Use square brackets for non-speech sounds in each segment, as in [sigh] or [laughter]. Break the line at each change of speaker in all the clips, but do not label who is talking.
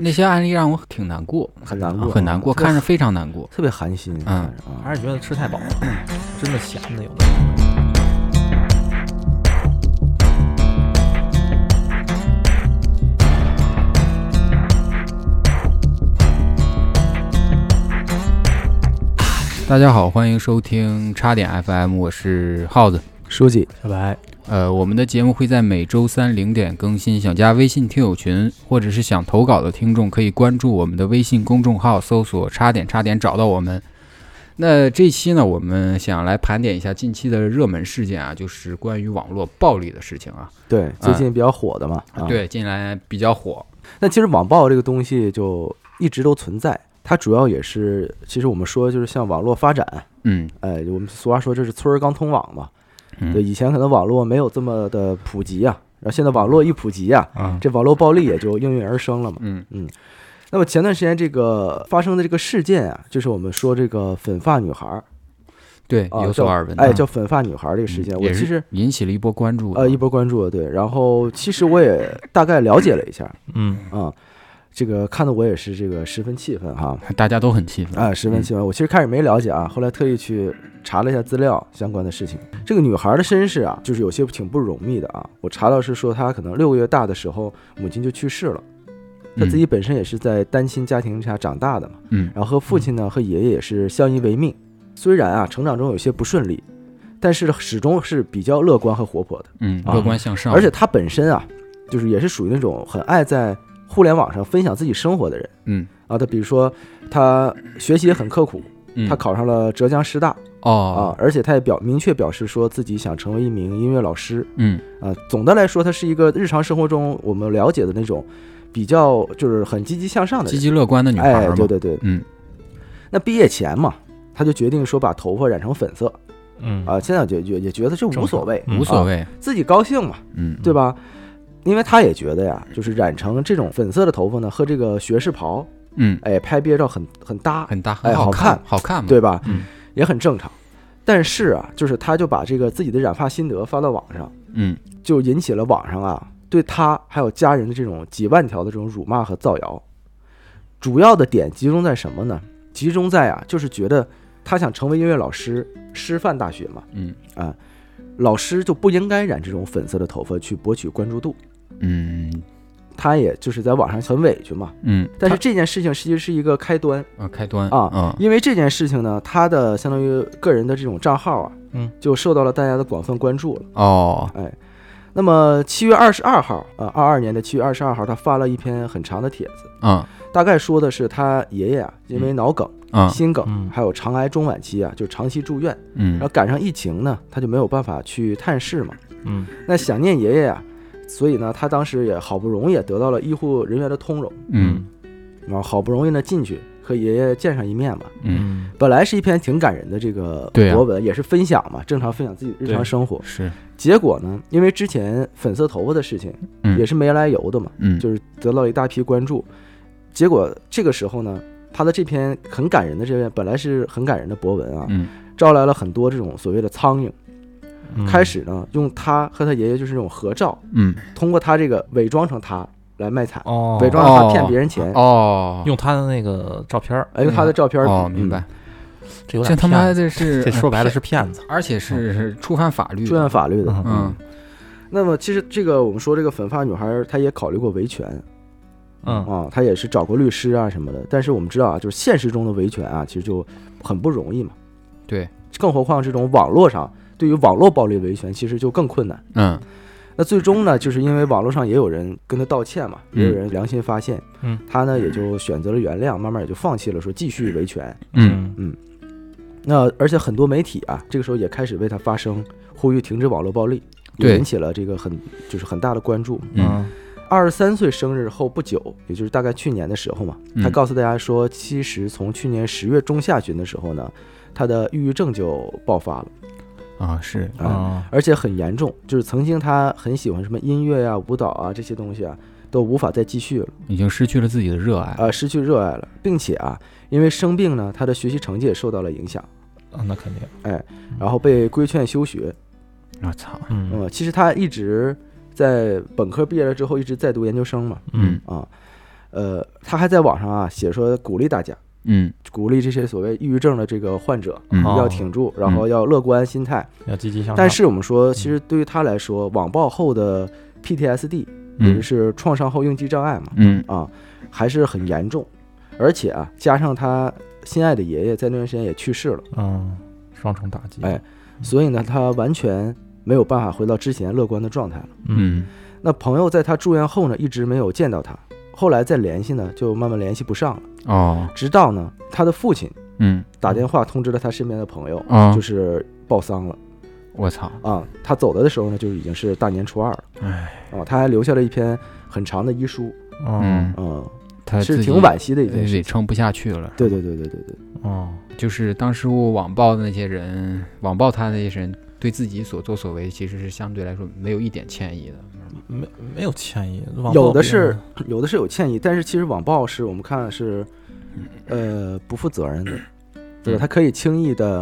那些案例让我挺难过，
很难
啊
过，
很难过，看着非常难过。
特别寒心，
嗯
看着啊
还是觉得吃太饱了，真的咸的有的。
大家好，欢迎收听叉点 FM，我是耗子。
书记，
小白，
呃，我们的节目会在每周三零点更新。想加微信听友群，或者是想投稿的听众，可以关注我们的微信公众号，搜索“叉点叉点”，找到我们。那这期呢，我们想来盘点一下近期的热门事件啊，就是关于网络暴力的事情啊。
对，最近比较火的嘛，啊，
对，近来比较火。
那其实网暴这个东西就一直都存在，它主要也是，其实我们说就是像网络发展，
嗯，
哎，我们俗话说这是村儿刚通网嘛，
嗯
对，以前可能网络没有这么的普及啊，然后现在网络一普及啊，
啊，
这网络暴力也就应运而生了嘛。
嗯
那么前段时间这个发生的这个事件啊，就是我们说这个粉发女孩儿
对，
啊，
有所
叫
耳闻啊。
哎，叫粉发女孩儿这个事件，
嗯
我
也
其实
是引起了一波关注啊的。
呃一波关注的，对，然后其实我也大概了解了一下
嗯，
啊、这个看得我也是这个十分气愤哈。
大家都很气愤。
啊，十分气愤！我其实开始没了解啊，后来特意去查了一下资料相关的事情。这个女孩的身世啊，就是有些挺不容易的啊。我查到是说她可能六个月大的时候，母亲就去世了。她自己本身也是在单亲家庭下长大的嘛，
嗯
然后和父亲呢和爷爷也是相依为命。虽然啊成长中有些不顺利，但是始终是比较乐观和活泼的。
嗯，
啊
乐观向上，
而且她本身啊，就是也是属于那种很爱在互联网上分享自己生活的人
嗯
啊。她比如说她学习也很刻苦。
嗯，
他考上了浙江师大
哦
啊，而且他也表明确表示说自己想成为一名音乐老师
嗯
啊。总的来说，他是一个日常生活中我们了解的那种比较就是很积极向上的
积
人。
极乐观的女孩
哎
儿，嘛，
对对对，
嗯
那毕业前嘛，他就决定说把头发染成粉色
嗯
啊。现在就也也觉得这无所谓，啊
嗯
无所谓，
自己高兴嘛，
嗯
哦对吧？因为他也觉得呀，就是染成这种粉色的头发呢，和这个学士袍，
嗯，
哎，拍毕业照很很搭，
很大，
哎
很好
好看
看，好看嘛，
对吧？
嗯
也很正常。但是啊，就是他就把这个自己的染发心得发到网上，
嗯
就引起了网上啊对他还有家人的这种几万条的这种辱骂和造谣。主要的点集中在什么呢？集中在啊，就是觉得他想成为音乐老师，师范大学嘛，啊
嗯
老师就不应该染这种粉色的头发去博取关注度。
嗯
他也就是在网上很委屈嘛，
嗯，
但是这件事情其实是一个开端，
它啊，开端
啊
嗯
因为这件事情呢，他的相当于个人的这种账号啊，
嗯，
就受到了大家的广泛关注了。
哦，
哎，那么七月二十二号，呃，二二年的七月二十二号，他发了一篇很长的帖子，
嗯
大概说的是他爷爷啊，因为脑梗、
嗯
心梗、
嗯
还有肠癌中晚期啊，就长期住院，然后
嗯
赶上疫情呢，他就没有办法去探视嘛。
嗯
那想念爷爷啊，所以呢，他当时也好不容易也得到了医护人员的通融，
嗯
然后啊好不容易呢进去和爷爷见上一面嘛。
嗯，
嗯
本来是一篇挺感人的这个
对啊
博文，也是分享嘛，正常分享自己日常
对
生活。
是，
结果呢，因为之前粉色头发的事情，
嗯
也是没来由的嘛，
嗯
就是得到了一大批关注。结果这个时候呢，他的这篇很感人的这篇本来是很感人的博文啊，
嗯
招来了很多这种所谓的苍蝇。
嗯
开始呢，用他和他爷爷就是那种合照，
嗯
通过他这个伪装成他来卖惨，
哦，
伪装成他骗别人钱，
哦
用他的那个照片儿，
哎用他的照片
哦，
嗯
明白，
这有
这
点
他妈
骗子
的是
这说白了是骗子。
而且是是触犯法律的，
触犯法律的。
嗯
嗯
那么其实这个我们说这个粉发女孩儿，她也考虑过维权，
嗯
啊，他也是找过律师啊什么的。但是我们知道啊，就是现实中的维权啊，其实就很不容易嘛。
对，
更何况这种网络上对于网络暴力维权，其实就更困难。
嗯
那最终呢，就是因为网络上也有人跟他道歉嘛，也有
嗯
人良心发现，
嗯，
他呢也就选择了原谅，慢慢也就放弃了说继续维权。
嗯
那而且很多媒体啊，这个时候也开始为他发声，呼吁停止网络暴力，也
对
引起了这个很就是很大的关注。
嗯
嗯
二十三岁生日后不久，也就是大概去年的时候嘛，
嗯
他告诉大家说，其实从去年十月中下旬的时候呢，他的抑郁症就爆发了，
啊是，
嗯
啊
而且很严重，就是曾经他很喜欢什么音乐呀、舞蹈啊这些东西啊，都无法再继续了，
已经失去了自己的热爱，
呃，失去热爱了，并且啊，因为生病呢，他的学习成绩也受到了影响，
啊，那肯定。
然后被规劝休学。呃
我操，
嗯
嗯，其实他一直在本科毕业了之后一直在读研究生嘛，
嗯
啊，呃，他还在网上啊写说鼓励大家，
嗯
鼓励这些所谓抑郁症的这个患者
嗯
哦
要挺住，然后要乐观心态。
要积极向上。
但是我们说，其实对于他来说，网暴后的 PTSD，也就
嗯
是创伤后应激障碍嘛，
嗯
啊，还是很严重，而且啊，加上他心爱的爷爷在那段时间也去世了，
嗯，双重打击。
哎
嗯
所以呢，他完全没有办法回到之前乐观的状态了。
嗯
那朋友在他住院后呢，一直没有见到他，后来再联系呢，就慢慢联系不上了，
哦
直到呢，他的父亲
嗯
打电话通知了他身边的朋友，
啊
就，是报丧了
我操，
啊。他走的的时候呢，就已经是大年初二了
哎，
啊，他还留下了一篇很长的遗书，
嗯
嗯，
嗯，
他
是
自己
挺惋惜的一
自
件事
己
情。
撑不下去了。
对对对对对对，
哦，
就是当时我网暴的那些人，网暴他的那些人，对自己所作所为其实是相对来说没有一点歉意的。
没没有歉意，网
有
暴
的
别
是
人
有的是有歉意，但是其实网暴是我们看是，呃，不负责任的，对
嗯
吧？他可以轻易的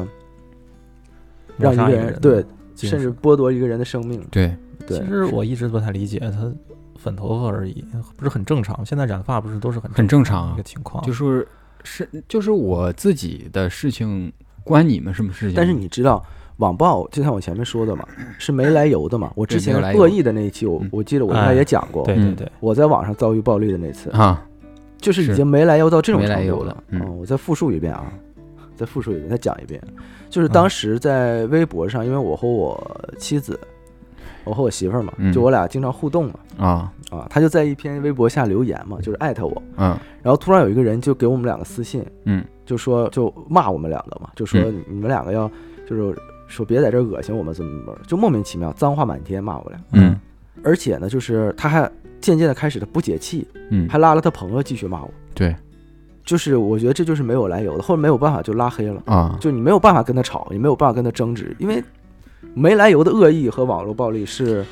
让
抹
一
杀
个
一
人
的
对，
精
甚至
神
剥夺一个人的生命。
对，
对
其，实我一直不太理解他粉头发而已，不是很正常。现在染发不是都是很
很正常
的一
啊
个，情况，
就是是就是我自己的事情，关你们什么事情？
但是你知道，网暴就像我前面说的嘛，是没来由的嘛。我之
对没
前
有来由
恶意的那一期，我
嗯
我记得我应该也讲过，
对对对，
我在网上遭遇暴力的那次，
啊，
就是已
是
经没来由到这种
没来
程
由
度
了
了。哦
嗯
我再复述一遍啊，再复述一遍，再讲一遍。
嗯
就是当时在微博上，因为我和我妻子，我和我媳妇儿嘛，
嗯
就我俩经常互动嘛，
啊，
啊，她就在一篇微博下留言嘛，就是艾特我，
嗯
然后突然有一个人就给我们两个私信，
嗯，
就说就骂我们两个嘛，就说
嗯
你们两个要就是说别在这儿恶心我们怎么怎么，就莫名其妙脏话满天骂我俩，
嗯
而且呢，就是他还渐渐的开始他不解气，
嗯，
还拉了他朋友继续骂我，
对
就是我觉得这就是没有来由的，后来没有办法就拉黑了，
啊，
就你没有办法跟他吵，你没有办法跟他争执，因为没来由的恶意和网络暴力是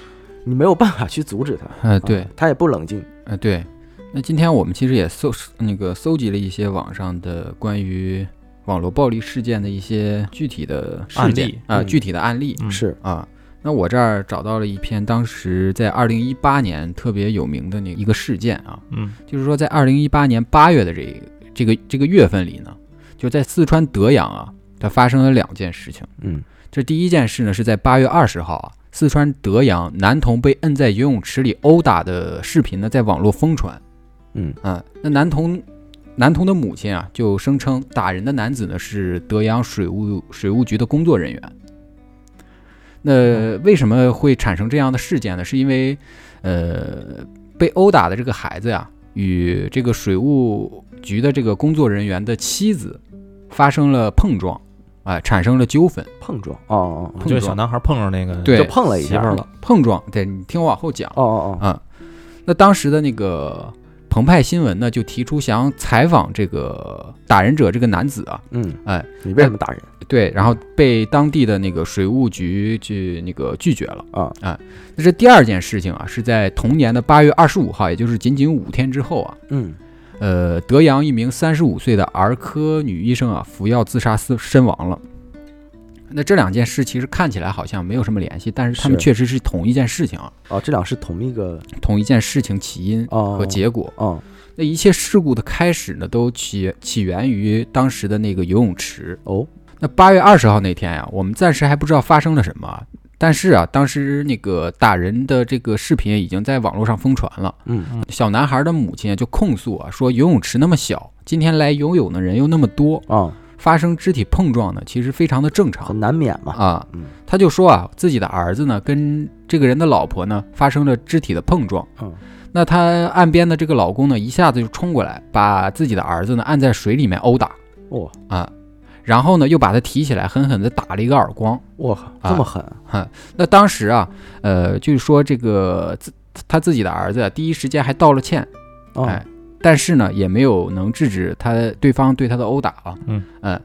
你没有办法去阻止他，
呃，对
啊，他也不冷静，
呃，对。那今天我们其实也搜那个搜集了一些网上的关于网络暴力事件的一些具体的事
案
件
例
啊、
嗯
具体的案例。
嗯
是
啊。那我这儿找到了一篇当时在二零一八年特别有名的那一个事件啊，
嗯
就是说在二零一八年八月的这一这个这个月份里呢，就在四川德阳啊，它发生了两件事情。
嗯
这第一件事呢是在八月二十号啊，四川德阳男童被摁在游泳池里殴打的视频呢在网络疯传。
嗯
啊，那男童男童的母亲啊，就声称打人的男子呢是德阳水务水务局的工作人员。那为什么会产生这样的事件呢？是因为，呃，被殴打的这个孩子呀、与这个水务局的这个工作人员的妻子发生了碰撞，啊、产生了纠纷，
碰撞，哦哦哦，
碰
就
撞
小男孩碰上那个
对
就碰了一
媳
下
妇儿了，
[laughs] 碰撞。对你听我往后讲。
哦哦哦，
啊、那当时的那个澎湃新闻呢，就提出想采访这个打人者这个男子啊，
嗯，
哎，
你为什么打人
对，然后被当地的那个水务局去那个拒绝了。
啊？
那这第二件事情啊，是在同年的八月二十五号，也就是仅仅五天之后啊，
嗯
呃，德阳一名三十五岁的儿科女医生啊，服药自杀身身亡了。那这两件事其实看起来好像没有什么联系，但是他们
是
确实是同一件事情啊，
哦，这俩是同一个
同一件事情起因
哦
嗯和结果。
哦，
那一切事故的开始呢，都起起源于当时的那个游泳池。
哦，
那八月二十号那天呀、我们暂时还不知道发生了什么啊，但是啊，当时那个打人的这个视频已经在网络上疯传了。
嗯
小男孩的母亲就控诉啊，说游泳池那么小，今天来游泳的人又那么多，
哦，
发生肢体碰撞呢，其实非常的正常
很难免嘛，
啊
嗯。
他就说啊，自己的儿子呢跟这个人的老婆呢发生了肢体的碰撞。
嗯
那她岸边的这个老公呢，一下子就冲过来，把自己的儿子呢按在水里面殴打
哇
啊，然后呢又把他提起来，狠狠地打了一个耳光。
哇，
啊
这么狠，
那当时啊，呃，就是说这个自他自己的儿子啊第一时间还道了歉，
哦
哎，但是呢也没有能制止他对方对他的殴打啊。
嗯
嗯，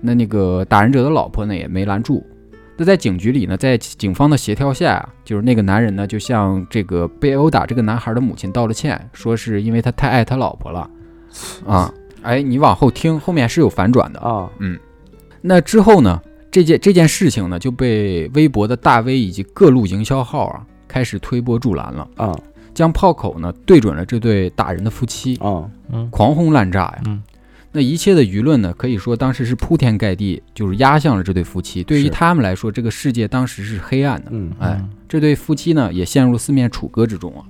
那那个打人者的老婆呢也没拦住。那在警局里呢，在警方的协调下啊，就是那个男人呢，就向这个被殴打这个男孩的母亲道了歉，说是因为他太爱他老婆了啊。哎，你往后听，后面是有反转的啊。
啊，
那之后呢，这件这件事情呢就被微博的大 V 以及各路营销号啊开始推波助澜了。
啊，
将炮口呢对准了这对打人的夫妻，
啊，
嗯
狂轰滥炸呀。
嗯
那一切的舆论呢，可以说当时是铺天盖地，就是压向了这对夫妻。对于
是
他们来说，这个世界当时是黑暗的。
嗯
哎
嗯
这对夫妻呢也陷入了四面楚歌之中啊。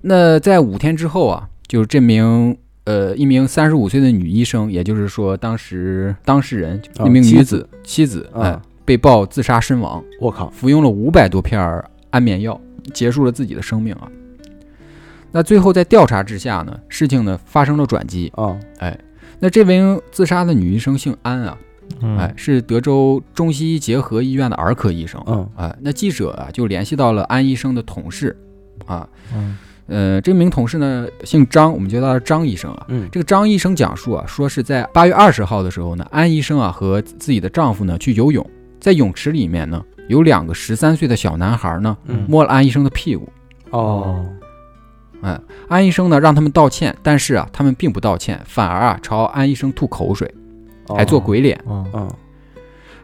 那在五天之后啊，就是这名呃一名三十五岁的女医生，也就是说当时当事人
啊
那名
妻
女
子
子妻子，哎、
啊，
被曝自杀身亡，
我靠，
服用了五百多片儿安眠药，结束了自己的生命啊。那最后在调查之下呢，事情呢发生了转机。
啊，
那这名自杀的女医生姓安啊，
嗯
哎，是德州中西医结合医院的儿科医生。
嗯
啊，那记者啊就联系到了安医生的同事，啊，
嗯
呃，这名同事呢姓张，我们就叫他张医生啊。
嗯
这个张医生讲述啊，说是在八月二十号的时候呢，安医生啊和自己的丈夫呢去游泳，在泳池里面呢有两个十三岁的小男孩呢
嗯
摸了安医生的屁股，
哦，
哎，安医生呢让他们道歉，但是啊他们并不道歉，反而啊朝安医生吐口水，
哦
还做鬼脸，
嗯
嗯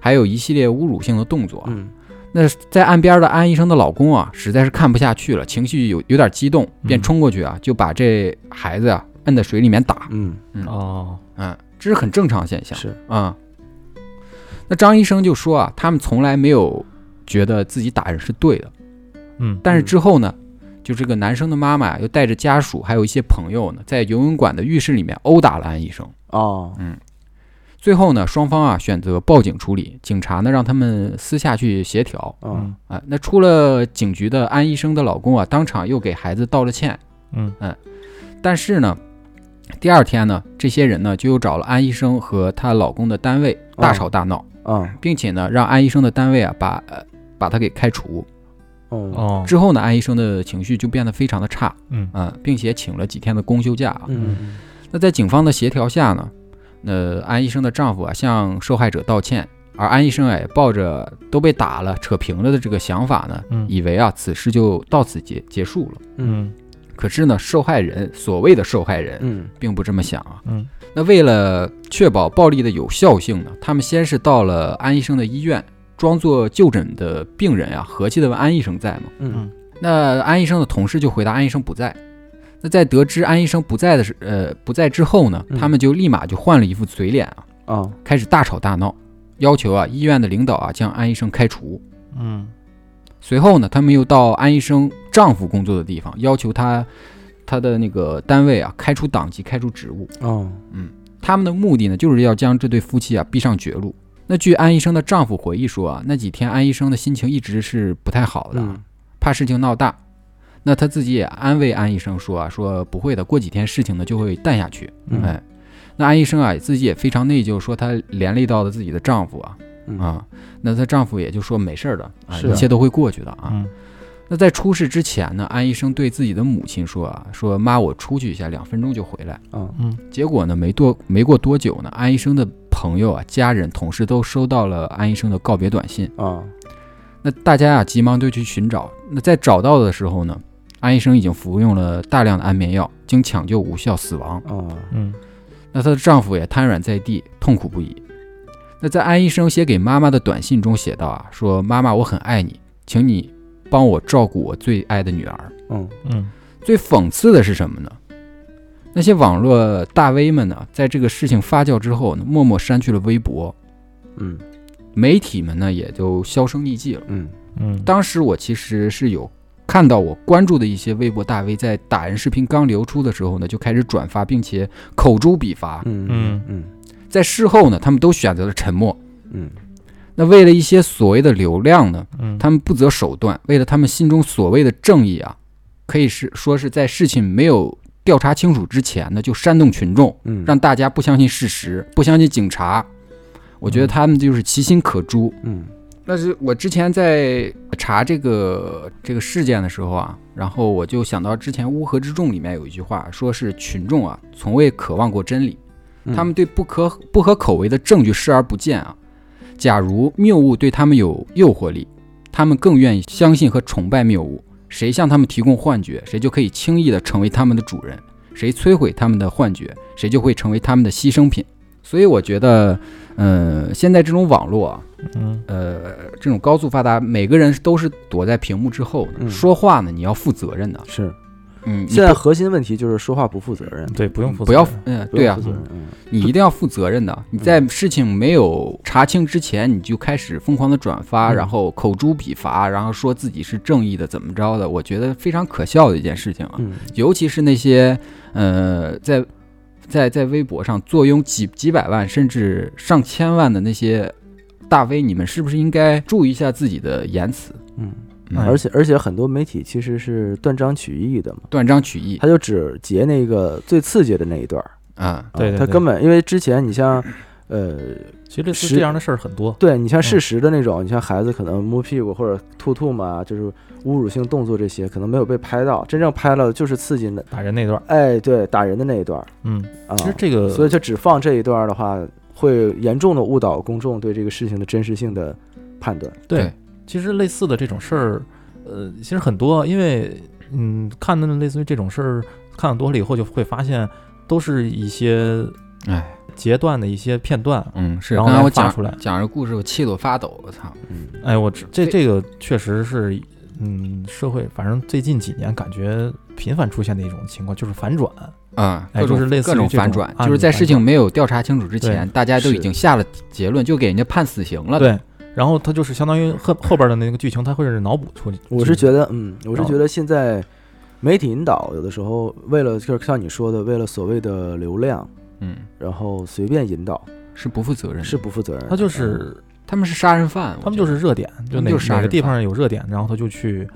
还有一系列侮辱性的动作啊。
嗯
那在岸边的安医生的老公啊，实在是看不下去了，情绪有有点激动，便冲过去啊，就把这孩子啊摁在水里面打。
嗯
哦
嗯，这是很正常现象
是
啊、那张医生就说啊，他们从来没有觉得自己打人是对的，
嗯
但是之后呢，就这个男生的妈妈呀又带着家属还有一些朋友呢，在游泳馆的浴室里面殴打了安医生。
哦
最后呢，双方啊选择报警处理，警察呢让他们私下去协调。
嗯
啊，那出了警局的安医生的老公啊，当场又给孩子道了歉。
嗯
但是呢，第二天呢，这些人呢就又找了安医生和她老公的单位
哦
大吵大闹，
啊
并且呢让安医生的单位啊把呃把他给开除。
哦
哦
之后呢，安医生的情绪就变得非常的差
嗯
啊、并且请了几天的公休假啊。
嗯
那在警方的协调下呢，那安医生的丈夫啊向受害者道歉，而安医生哎抱着都被打了扯平了的这个想法呢，
嗯
以为啊此事就到此结结束了。
嗯
可是呢，受害人所谓的受害人
嗯
并不这么想啊。
嗯
那为了确保暴力的有效性呢，他们先是到了安医生的医院，装作就诊的病人啊，和气的问安医生在吗？
嗯
那安医生的同事就回答安医生不在。那在得知安医生不在的时，呃，不在之后呢
嗯，
他们就立马就换了一副嘴脸啊，
啊
开始大吵大闹，要求啊医院的领导啊将安医生开除。
嗯
随后呢，他们又到安医生丈夫工作的地方，要求他他的那个单位啊开除党籍、开除职务。
哦
他们的目的呢，就是要将这对夫妻啊逼上绝路。那据安医生的丈夫回忆说啊，那几天安医生的心情一直是不太好的啊，
嗯
怕事情闹大。那他自己也安慰安医生说啊，说不会的，过几天事情呢就会淡下去。
嗯
哎，那安医生啊自己也非常内疚，说他连累到了自己的丈夫啊
嗯
啊。那她丈夫也就说没事儿的，啊，
是啊
一切都会过去的啊。
嗯
那在出事之前呢，安医生对自己的母亲说啊，说妈，我出去一下，两分钟就回来。
啊
嗯
结果呢，没多没过多久呢，安医生的朋友啊、家人、同事都收到了安医生的告别短信。
啊
那大家啊，急忙就去寻找。那在找到的时候呢，安医生已经服用了大量的安眠药，经抢救无效死亡。
啊
嗯
那她的丈夫也瘫软在地，痛苦不已。那在安医生写给妈妈的短信中写道啊，说妈妈，我很爱你，请你帮我照顾我最爱的女儿。
嗯
嗯
最讽刺的是什么呢？那些网络大 V 们呢，在这个事情发酵之后呢，默默删去了微博，
嗯
媒体们呢也就销声匿迹了。
嗯
嗯
当时我其实是有看到我关注的一些微博大 V 在打人视频刚流出的时候呢，就开始转发，并且口诛笔伐。
嗯嗯
在事后呢，他们都选择了沉默。
嗯
那为了一些所谓的流量呢，
嗯
他们不择手段，为了他们心中所谓的正义啊，可以是说是在事情没有调查清楚之前呢，就煽动群众，
嗯
让大家不相信事实，不相信警察。我觉得他们就是其心可诛。
嗯
但嗯是我之前在查这个这个事件的时候啊，然后我就想到之前《乌合之众》里面有一句话，说是群众啊从未渴望过真理，
嗯
他们对不可不合口味的证据视而不见啊。假如谬误对他们有诱惑力，他们更愿意相信和崇拜谬误。谁向他们提供幻觉，谁就可以轻易地成为他们的主人；谁摧毁他们的幻觉，谁就会成为他们的牺牲品。所以我觉得，呃，现在这种网络啊，
嗯
呃，这种高速发达，每个人都是躲在屏幕之后的，
嗯
说话呢你要负责任的。
是
嗯，你
现在
不
核心问题就是说话不负责任，
对，不用负责，
不要嗯，
不
对
用
啊
负，责任，嗯，
你一定要负责任
嗯
的。你在事情没有查清之前，你就开始疯狂的转发，
嗯
然后口诛笔伐，然后说自己是正义的，怎么着的？我觉得非常可笑的一件事情啊，
嗯，
尤其是那些呃，在在在微博上坐拥几几百万甚至上千万的那些大 V，你们是不是应该注意一下自己的言辞？
嗯，
嗯
而且而且很多媒体其实是断章取义的嘛，
嗯断章取义
他就只截那个最刺激的那一段儿，
啊，
啊
对对
他
对
根本因为之前你像，呃，
其实
实
这样的事儿很多，
对你像事实的那种，你像孩子可能摸屁股或者吐吐嘛，就是侮辱性动作这些，可能没有被拍到，真正拍了就是刺激的，
打人那段儿，
哎，对，打人的那一段儿
嗯，
啊，
其实这个，
所以就只放这一段儿的话，会严重的误导公众对这个事情的真实性的判断。
对
对，其实类似的这种事儿，呃，其实很多，因为嗯，看的类似于这种事儿看的多了以后，就会发现都是一些
哎，
截断的一些片段，
嗯，是
然
刚
后
才
来
我
发
讲
出来。
讲这故事，我气得我发抖，我操，
嗯，
哎，我知这
对
这个确实是，嗯，社会反正最近几年感觉频繁出现的一种情况就是反转，
啊，
哎
各种
就是类似
各
于
种
这种
反转，
案
就是
例
在
反
事情没有调查清楚之前，大家都已
是
经下了结论，就给人家判死刑了。，
对。然后它就是相当于后后边的那个剧情，它会是哦脑补出去。
我是觉得，嗯，我是
然后
觉得现在媒体引导有的时候为了就是像你说的，为了所谓的流量，
嗯，
然后随便引导
是不负责任的，
是不负责任的。
它就
嗯
是
他们是杀人犯，
他们就是热点，
他
就
们
哪
就是杀
哪个
人
地
犯
方有热点，然后他就去，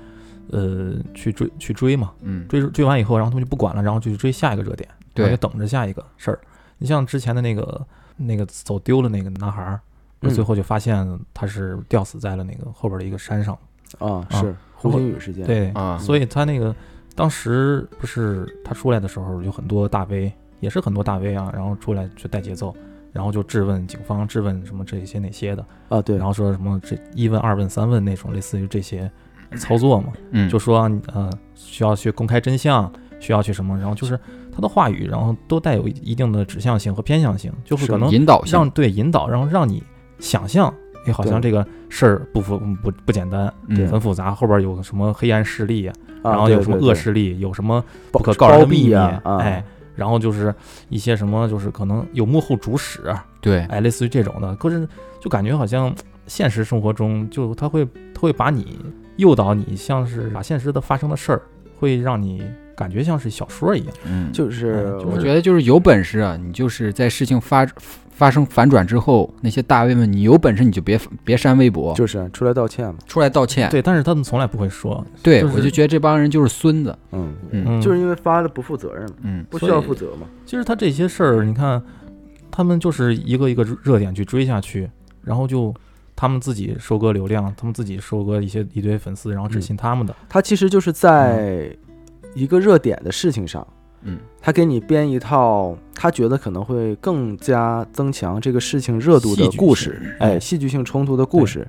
呃，去追去追嘛，
我觉得嗯，
追追完以后，然后他们就不管了，然后就去追下一个热点，然
对
后就等着下一个事儿。你像之前的那个那个走丢了那个男孩儿，不是最
嗯
后就发现他是吊死在了那个后边的一个山上。
啊，
啊
是胡鑫宇事件，，
对，
啊，
所以他那个当时不是他出来的时候，有很多大 V，也是很多大 V 啊，然后出来就带节奏，然后就质问警方，质问什么这些那些的，
啊，对
然，后说什么这一问二问三问那种，类似于这些操作嘛，
嗯，
就说呃需要去公开真相，需要去什么，然后就是他的话语，然后都带有一定的指向性和偏向性，就会
是
可能
引导性
让对引导，然后让你想象，哎，好像
对
这个事儿不复不不简单，
嗯
很复杂，后边有什么黑暗势力啊，
啊
然后有什么恶，势力，有什么不可告人的
包
秘密，
庇啊啊
哎，然后就是一些什么，就是可能有幕后主使，
对，
哎，类似于这种的，可是就感觉好像现实生活中，就他会他会把你诱导你，像是把现实的发生的事儿，会让你感觉像是小说一样。
嗯，
对对对就是
嗯就是
我觉得就是有本事啊，你就是在事情发发生反转之后，那些大 V 们，你有本事你就别别删微博，
就是出来道歉嘛，
出来道
哎
歉。
对，但是他们从来不会说，
对，
就是
我就觉得这帮人就是孙子。
嗯，
嗯
嗯，
就是因为发了不负责任嘛，
嗯，
不需
所以
要负责嘛，
其实他这些事儿，你看，他们就是一个一个热点去追下去，然后就他们自己收割流量，他们自己收割一些一堆粉丝，然后只信他们的。
他其实就是
嗯
在一个热点的事情上，
嗯，
他给你编一套他觉得可能会更加增强这个事情热度的
戏剧性
故事，哎，
哎
戏剧性冲突的故事，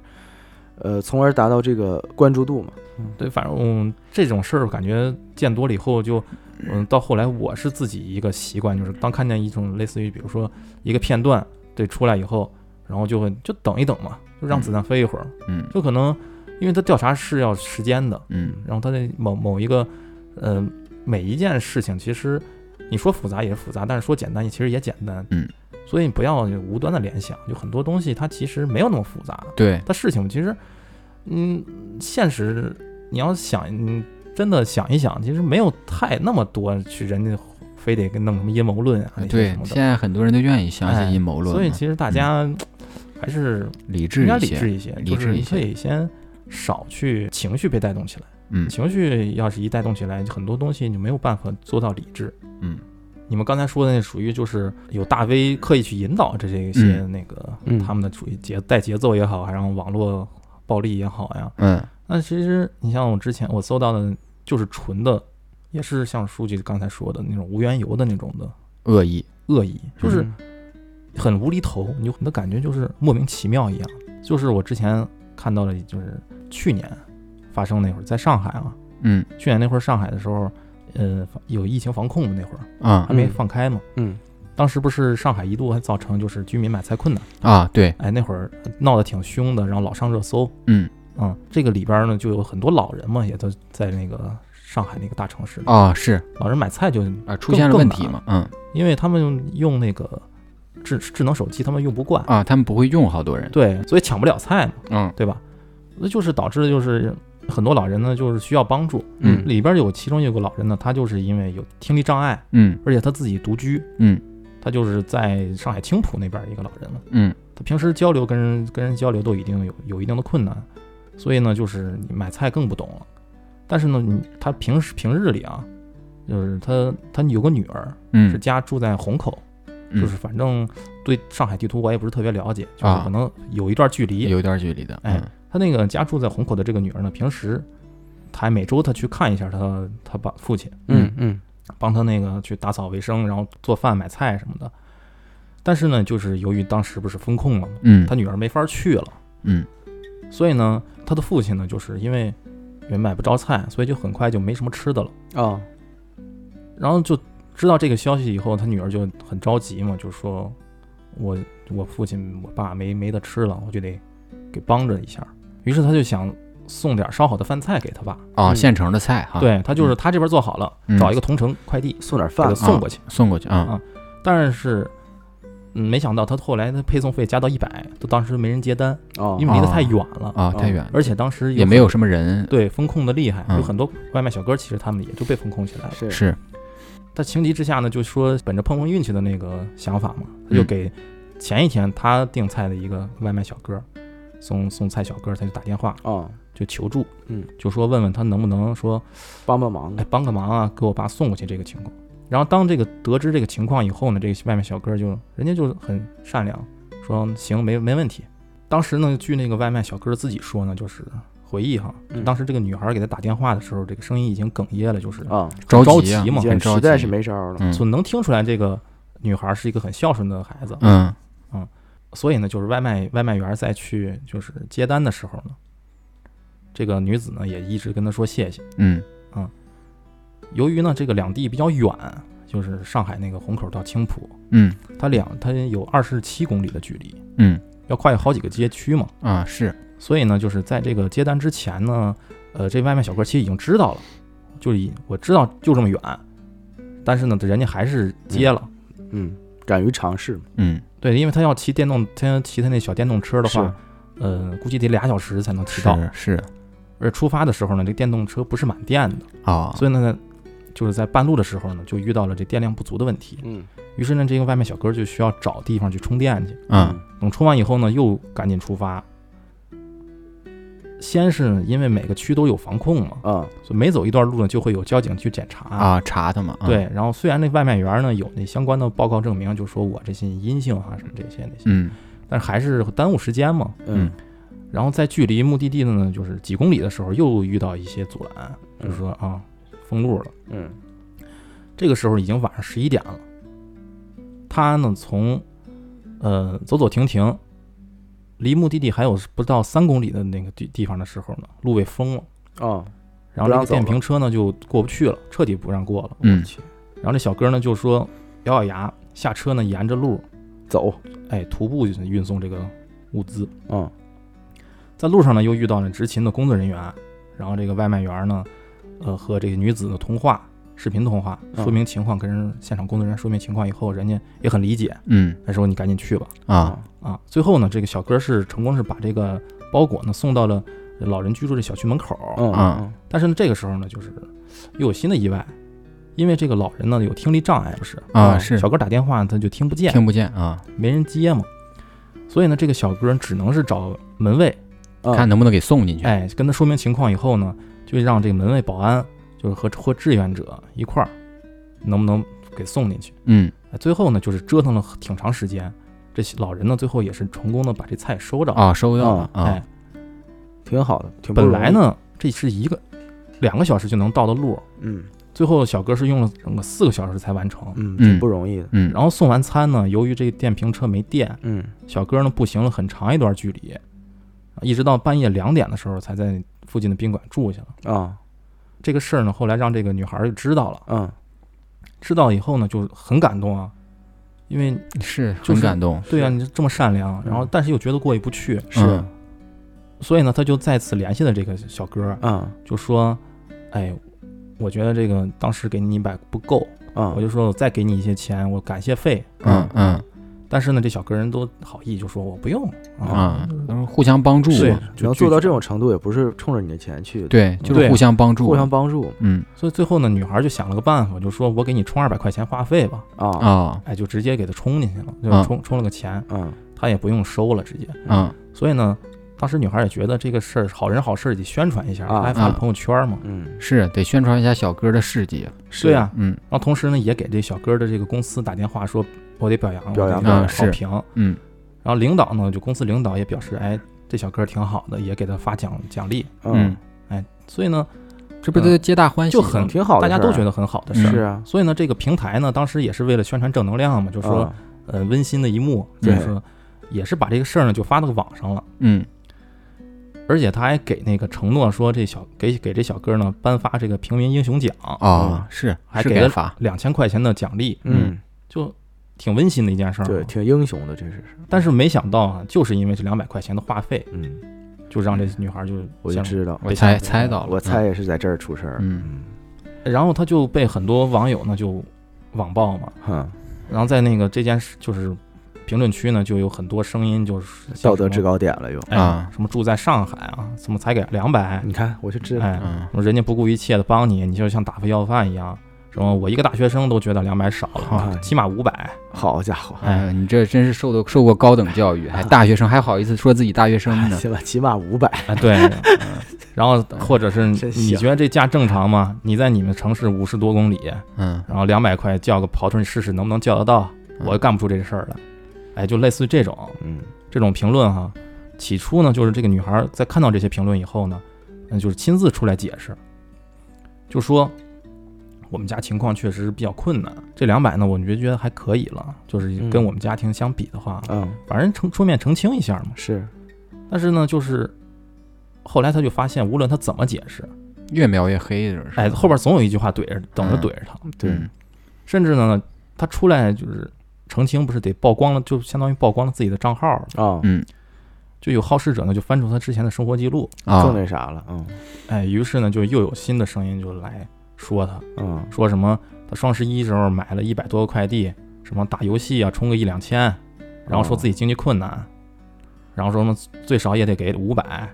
呃，从而达到这个关注度嘛。
对，反正、嗯、这种事儿感觉见多了以后就，嗯，到后来我是自己一个习惯，就是当看见一种类似于比如说一个片段对出来以后，然后就会就等一等嘛，就让子弹飞一会儿，
嗯
就可能因为他调查是要时间的，
嗯，
然后他的某某一个，呃，每一件事情其实你说复杂也是复杂，但是说简单其实也简单，
嗯，
所以你不要无端的联想，有很多东西它其实没有那么复杂，
对，
它事情其实，嗯，现实你要想，嗯，真的想一想，其实没有太那么多去人家非得跟弄什么阴谋论啊，那些
对
什，么
现
的，
在很多人都愿意相
哎
信阴谋论了，
所以其实大家嗯还是
理智
应该
一
理
些，
智一些，
理
就
智
是
一
你
些
可以先少去情绪被带动起来。
嗯
情绪要是一带动起来，很多东西你没有办法做到理智。
嗯，
你们刚才说的那属于就是有大 V 刻意去引导这些一些
嗯
那个、
嗯
他们的属于节带节奏也好，然后网络暴力也好呀。
嗯
那其实你像我之前我搜到的，就是纯的，也是像书记刚才说的那种无缘由的那种的
恶意，
恶意，就是
嗯
很无厘头，你就你的感觉就是莫名其妙一样。就是我之前看到的，就是去年发生那会儿在上海啊，
嗯
去年那会儿上海的时候，呃，有疫情防控那会儿
啊
还没放开嘛，
嗯，
当时不是上海一度还造成就是居民买菜困难，
啊，对，
哎，那会儿闹得挺凶的，然后老上热搜，
嗯
嗯，这个里边呢就有很多老人嘛，也都在那个上海那个大城市里，
哦，是
老人买菜就
啊，出现了问题嘛，嗯
因为他们用那个智智能手机，他们用不惯，
啊，他们不会用，好多人，
对，所以抢不了菜嘛，
嗯
对吧？那就是导致的就是很多老人呢，就是需要帮助。
嗯
里边有其中有个老人呢，他就是因为有听力障碍，
嗯
而且他自己独居，
嗯
他就是在上海青浦那边一个老人了。
嗯
他平时交流跟人跟人交流都已经有有一定的困难，所以呢，就是你买菜更不懂了。但是呢，你他平时平日里啊，就是他他有个女儿，是
嗯，
家住在虹口，
嗯
就是反正对上海地图我也不是特别了解，就是
啊
可能有一段距离。
有一段距离的，
哎
嗯，
他那个家住在虹口的这个女儿呢，平时他还每周他去看一下他他爸父亲，
嗯
嗯
帮他那个去打扫卫生，然后做饭、买菜什么的。但是呢，就是由于当时不是封控了嘛，
嗯
他女儿没法去了，
嗯
所以呢，他的父亲呢，就是因为也买不着菜，所以就很快就没什么吃的了。
啊
然后就知道这个消息以后，他女儿就很着急嘛，就说：“我我父亲我爸没没得吃了，我就得给帮着一下。”于是他就想送点烧好的饭菜给他爸，
哦，
嗯
现成的菜哈，
对他就是他这边做好了，
嗯，
找一个同城快递
送点
给
饭
他
啊
送过去。
送过去啊，
但是，嗯，没想到他后来他配送费加到一百，都当时没人接单，
啊
因为离得太远了，
啊，太远了，
而且当时
哦也没有什么人，
对风控的厉害，
嗯
有很多外卖小哥其实他们也就被风控起来了。
是
是，
他情急之下呢，就说本着碰碰运气的那个想法嘛，他就
嗯
给前一天他订菜的一个外卖小哥，送送菜小哥，他就打电话
啊，
就求助，
嗯，
就说问问他能不能说，
帮帮忙
哎，帮个忙啊，给我爸送过去这个情况。然后当这个得知这个情况以后呢，这个外卖小哥就人家就很善良，说行，没没问题。当时呢，据那个外卖小哥自己说呢，就是回忆哈，
嗯
当时这个女孩给他打电话的时候，这个声音已经哽咽了，就是
啊，
着
着
急啊
急嘛
已
很
经
着
实在
急
是没招儿了。
嗯
所以能听出来这个女孩是一个很孝顺的孩子。
嗯
所以呢，就是外卖外卖员在去就是接单的时候呢，这个女子呢也一直跟他说谢谢。
嗯
由于呢这个两地比较远，就是上海那个虹口到青浦，
嗯
它两它有二十七公里的距离，
嗯
要跨越好几个街区嘛。
啊，是，
所以呢，就是在这个接单之前呢，呃，这外卖小哥其实已经知道了，就是已我知道就这么远，但是呢，人家还是接了。
嗯，敢于尝试
嗯
对，因为他要骑电动，他要骑他那小电动车的
是
话，呃，估计得俩小时才能骑到。
是是
而出发的时候呢，这电动车不是满电的，
啊，
所以呢，就是在半路的时候呢，就遇到了这电量不足的问题。
嗯
于是呢，这个外卖小哥就需要找地方去充电去。
嗯
等充完以后呢，又赶紧出发。先是因为每个区都有防控嘛，
啊
所以每走一段路呢，就会有交警去检查。
啊，查他嘛，啊，
对，然后虽然那外卖员呢有那相关的报告证明，就说我这些阴性啊什么这些那些，
嗯
但是还是耽误时间嘛。
嗯
嗯
然后在距离目的地的呢，就是几公里的时候，又遇到一些阻拦，
嗯
就是说啊，封路了。
嗯
这个时候已经晚上十一点了。他呢，从呃走走停停，离目的地还有不到三公里的那个地地方的时候呢，路被封了，
啊，
然后那
不
个
让走
电
了
瓶车呢就过不去了，彻底不让过了。
嗯
然后这小哥呢就说咬咬牙下车呢，沿着路
走
哎徒步运送这个物资。
啊
在路上呢，又遇到了执勤的工作人员，然后这个外卖员呢，呃，和这个女子的通话，视频通话，
嗯
说明情况，跟人现场工作人员说明情况以后，人家也很理解，
嗯
他说你赶紧去吧，
啊，
啊，最后呢，这个小哥是成功是把这个包裹呢送到了呃老人居住的小区门口，
嗯
啊
但是呢，这个时候呢，就是又有新的意外，因为这个老人呢有听力障碍，不是
啊
嗯
是
小哥打电话他就听不见，
听不见啊，
没人接嘛，所以呢，这个小哥只能是找门卫。
嗯
看能不能给送进去，
啊哎，跟他说明情况以后呢，就让这个门卫保安，就是和和志愿者一块儿，能不能给送进去？
嗯
哎最后呢，就是折腾了挺长时间，这些老人呢，最后也是成功的把这菜收着。
啊，收到了啊
哎，，
挺好的，挺不
本
容易
来呢，这是一个两个小时就能到的路，
嗯
最后小哥是用了整个四个小时才完成。
嗯
嗯
挺不容易的
嗯，
然后送完餐呢，由于这个电瓶车没电，
嗯
小哥呢步行了很长一段距离，一直到半夜两点的时候才在附近的宾馆住下了。
啊
这个事儿呢，后来让这个女孩儿就知道了。
嗯
知道以后呢，就很感动啊，因为
是
就
很
是
感动，
对啊，
是
你这么善良，然后
嗯
但是又觉得过意不去，
是
嗯
所以呢，他就再次联系了这个小哥儿，
嗯
就说：“哎，我觉得这个当时给你一百不够，
啊
我，就说我再给你一些钱，我感谢费。啊
嗯嗯
但是呢，这小哥人都好意，就说我不用啊，
啊，都是互相帮助
对
嘛，，
你要做到这种程度，也不是冲着你的钱去，，
对，就是
对
互相帮助，
互相帮助
嗯
所以最后呢，女孩就想了个办法，就说我给你充二百块钱话费吧，
啊，
啊
哎，就直接给他充进去了，
啊
就充充了个钱，
嗯
他也不用收了，直接。
嗯
所以呢，当时女孩也觉得这个事儿好人好事儿得宣传一下，
啊
她还发了朋友圈嘛。
嗯，
是得宣传一下小哥的事迹，
对呀、
嗯
然后同时呢，也给这小哥的这个公司打电话说，我得表扬，
表扬
我得
啊
好
是
评。
嗯
然后领导呢，就公司领导也表示，哎，这小哥挺好的，也给他发奖奖励。
嗯，，
所以呢，
这不是皆大欢喜
嗯就
吗，
很
挺好的
嗯大
事
家
儿啊，
都觉得很好的事儿。
是啊，
所以呢，这个平台呢，当时也是为了宣传正能量嘛，就说、
啊
呃温馨的一幕，就
对
是说也是把这个事儿呢就发到网上了。
嗯
而且他还给那个承诺说，这小给给这小哥呢颁发这个平民英雄奖
啊是
嗯还
是
给
该
了
发，
两千块钱的奖励，
嗯，
就挺温馨的一件事儿。啊
对，，挺英雄的，这是，
但是没想到啊，就是因为这两百块钱的话费，
嗯，
就让这女孩就
我
陷
就
入
知道，
我猜猜到了，
我猜也是在这儿出事儿，
嗯
嗯，
然后他就被很多网友呢就网暴嘛，
哼，
然后在那个这件事就是评论区呢就有很多声音就是像
道德制
什么
高点了又，
哎
啊
什么住在上海啊，怎么才给两百？
你看我就知道，
哎，
嗯
人家不顾一切的帮你，你就像打发要饭一样。什么？我一个大学生都觉得两百少了，
哎
起码五百。
好家伙，
哎呀，你这真是受的受过高等教育，还大学生还好意思说自己大学生
[laughs]
呢？
起码起码五百，
啊
哎，对。 [laughs] 然后或者是
真
你
行
觉得这价正常吗？你在你们城市五十多公里，
嗯
然后两百块叫个跑腿，你试试能不能叫得到？
嗯
我就干不出这事儿来。哎，就类似于这种
嗯，
这种评论哈。起初呢，就是这个女孩在看到这些评论以后呢，嗯，就是亲自出来解释，就说我们家情况确实比较困难。这两百呢，我觉觉得还可以了，就是
嗯
跟我们家庭相比的话，
嗯，
反正澄出面澄清一下嘛。
是，
但是呢，就是后来他就发现，无论他怎么解释，
越描越黑，这是
哎，后边总有一句话怼着，等着怼着他。
对，
嗯
甚至呢，他出来就是澄清，不是得曝光了，就相当于曝光了自己的账号了。
啊，
嗯
就有好事者呢，就翻出他之前的生活记录，
更
啊
那啥了，嗯
哎，于是呢，就又有新的声音就来说他，
嗯，
说什么他双十一时候买了一百多个快递，什么打游戏啊充个一两千，然后说自己经济困难，然后说什么最少也得给五百，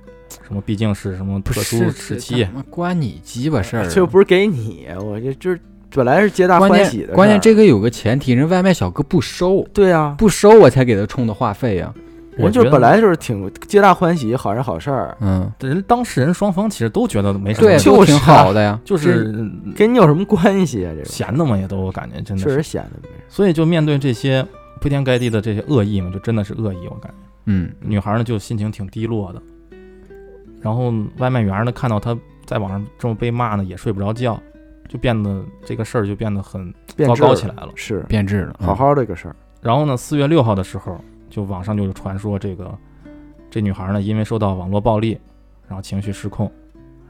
什么毕竟是什么特殊时期
怎，么关你鸡巴事儿啊？
这又不是给你，我这就是本来是皆大
关
欢喜
键
的，
关键这。个有个前提，人外卖小哥不收，
对啊，
不收我才给他充的话费呀、
我
人就
觉
是
得
本来就是挺皆大欢喜，好人好事儿，
嗯，
人当事人双方其实都觉得没什么
对，
问
就
题，
都
是
挺
啊
好的呀。
就是
跟你有什么关系啊？这种
闲的嘛，也都我感觉真的
确
是
实显得没
所以就面对这些铺天盖地的这些恶意嘛，就真的是恶意，我感觉
嗯
女孩呢就心情挺低落的。然后外卖员呢看到她在网上这么被骂呢，也睡不着觉，就变得这个事儿就变得很
变
糟
质儿
糕起来了。
是
变质了，嗯
好好的一个事儿，
然后呢，四月六号的时候，就网上就有传说这个这女孩呢因为受到网络暴力，然后情绪失控，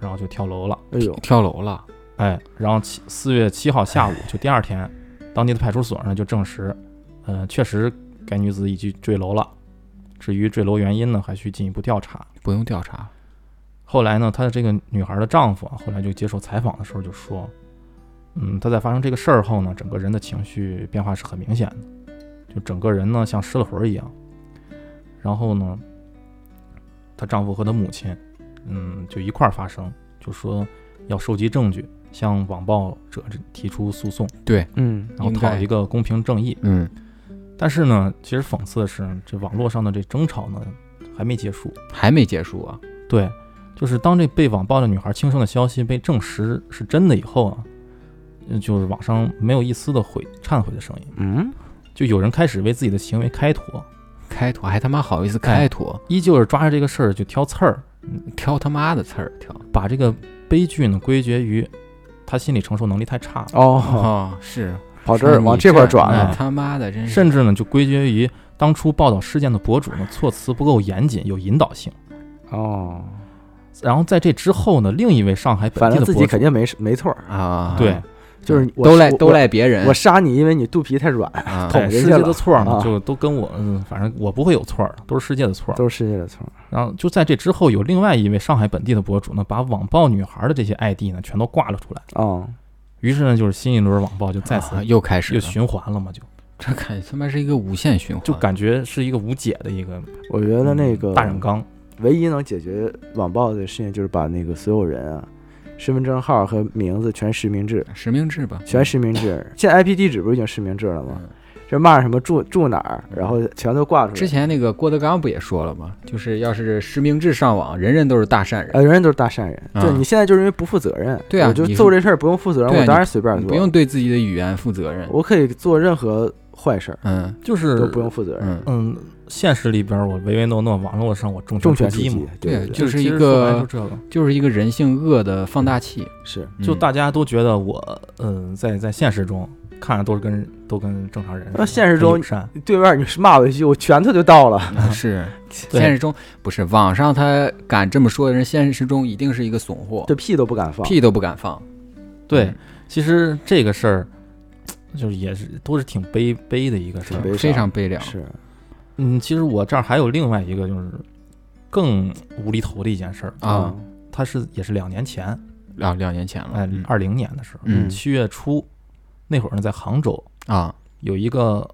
然后就跳楼了。
哎呦，
跳楼了。
哎，然后七四月七号下午
哎
就第二天，当地的派出所呢就证实，呃，确实该女子已经坠楼了。至于坠楼原因呢，还需进一步调查。
不用调查，
后来呢，她的这个女孩的丈夫啊后来就接受采访的时候就说，嗯，她在发生这个事儿后呢，整个人的情绪变化是很明显的，就整个人呢像失了魂儿一样。然后呢，她丈夫和她母亲，嗯，就一块儿发声，就说要收集证据，向网暴者提出诉讼，
嗯
然后
应
讨
该
一个公平正义。
嗯，
但是呢，其实讽刺的是，这网络上的这争吵呢还没结束，
还没结束啊。
对，就是当这被网暴的女孩轻生的消息被证实是真的以后啊，嗯就是网上没有一丝的悔忏悔的声音，
嗯，
就有人开始为自己的行为开脱，
开脱还他妈好意思开
哎
脱，
依旧是抓着这个事儿就挑刺儿，
挑他妈的刺儿挑。
把这个悲剧呢归结于他心理承受能力太差了，
哦，
哦，是
跑这儿
你
往这块儿转啊
哎
了，
他妈的
嗯
真是，
甚至呢就归结于当初报道事件的博主呢措辞不够严谨，有引导性。
哦，
然后在这之后呢，另一位上海本
反
地
正
的
自
博
己
主
肯定没没错儿，
啊，
对，
就是我
都赖
我
都赖别人
我杀你，因为你肚皮太软，
啊，
捅
对，
人
世
家
界
了
的错儿嘛，
啊
就都跟我，嗯，反正我不会有错儿，都是世界的错儿。
都是世界的错。
然后就在这之后，有另外一位上海本地的博主呢，把网暴女孩的这些 ID 呢全都挂了出来。
啊、
于是呢，就是新一轮网暴就再次
啊又开始
又
了，
循环了嘛，就
这感觉他妈是一个无限循环，
就感觉是一个无解的一个
我觉得啊
嗯
那个
大染缸。
唯一能解决网暴的事情，就是把那个所有人啊，身份证号和名字全实名制，
实名制吧，
全实名制。现在 IP 地址不是已经实名制了吗？
嗯
这骂什么住住哪儿，然后全都挂出
之
来。
前那个郭德纲不也说了吗？就是要是实名制上网，人人都是大善人，
呃，人人都是大善人，
啊
对你现在就是因为不负责任，
对啊
我就
你是
做这事儿不用负责任，
对啊
我当然随便
你
做，
不用，对自己的语言负责任。
我可以做任何坏事儿
嗯
就是
都不用负责任，
嗯，
嗯，现实里边我唯唯诺诺，网络上我重
重拳
拳
出
击
击
嘛，，
对
对对，
就是
其
一
实
个
说白了就这个，
就是一个人性恶的放大器。
是
就
嗯
大家都觉得我，嗯，在在现实中看着都是跟都跟正常人似的，
那现实中
很友善
对面你是骂我一句，我拳头就到了，
嗯是
对
现实中不是网上他敢这么说的人，现实中一定是一个怂货，
这屁都不敢放，
屁都不敢放。
对，其实这个事儿，就是也是都是挺悲悲的一个事
挺
儿
嗯，
悲。伤
非常悲凉。
是
嗯，其实我这儿还有另外一个就是更无厘头的一件事儿，
嗯
啊，
它是也是两年前，
两两年前了，
哎
嗯，
二零年的时候，
嗯
七月初那会儿呢，在杭州
啊
有一个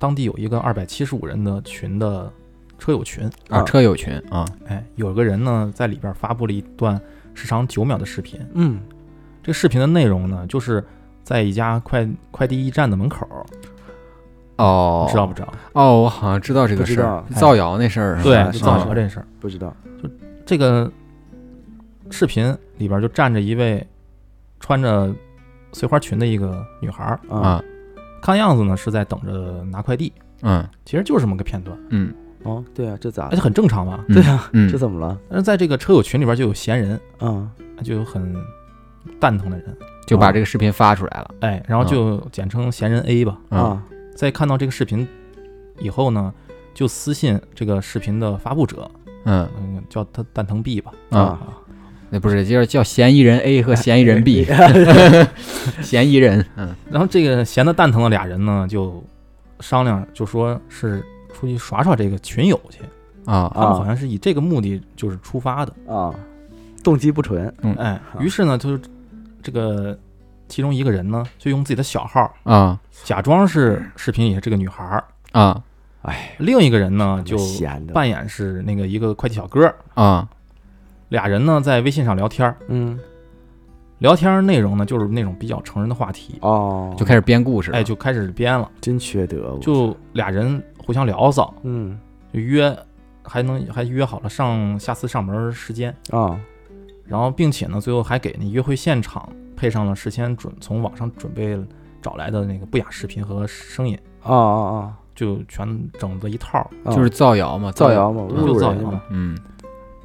当地有一个二百七十五人的群的车友群，
啊，
啊
车友群啊，
哎，有个人呢在里边发布了一段时长九秒的视频，
嗯，
这个视频的内容呢就是。在一家快快递驿站的门口，
哦，
知道不知道？
哦，我好像知道这个
不知
事儿
道，
哎
造谣那事儿是吧，
对
啊，
就
知
造
道
谣这事儿。
不知道，
这个视频里边就站着一位穿着碎花裙的一个女孩儿，
啊
啊，
啊，
看样子呢是在等着拿快递，
嗯
其实就是这么个片段，
嗯
哦，对啊，这咋
而且？哎很正常吧。
嗯
对啊，
嗯
这，怎么了？
但是在这个车友群里边就有闲人，
嗯，
就有很蛋疼的人，
就把这个视频发出来了
哎，然后就简称闲人 A 吧。
啊
啊，
在看到这个视频以后呢，就私信这个视频的发布者，
嗯
嗯，叫他蛋疼 B 吧，
啊，那不是就是叫嫌疑人 A 和嫌疑人 B，嫌疑 [laughs] 人嗯
然后这个闲的蛋疼的俩人呢，就商量，就说是出去耍耍这个群友去。
啊
他们好像是以这个目的就是出发的。
啊，动机不纯，
哎，
啊
于是呢，就是这个其中一个人呢，就用自己的小号
啊
假装是视频里的这个女孩儿，
啊
哎
另一个人呢啊就
闲的，
扮演是那个一个快递小哥。
啊
俩人呢在微信上聊天儿，
嗯，
聊天儿内容呢就是那种比较成人的话题，
哦，
就开始编故事了，
哎，就开始编了，
真缺德，我
就俩人互相聊骚，
嗯
就约，还能还约好了上下次上门时间，
啊
然后并且呢，最后还给那约会现场配上了事先准从网上准备找来的那个不雅视频和声音，
啊啊
就全整了一套。
啊，
就是造谣嘛，
造谣嘛，
嗯
侮辱
就造
人
谣
家嘛，
嗯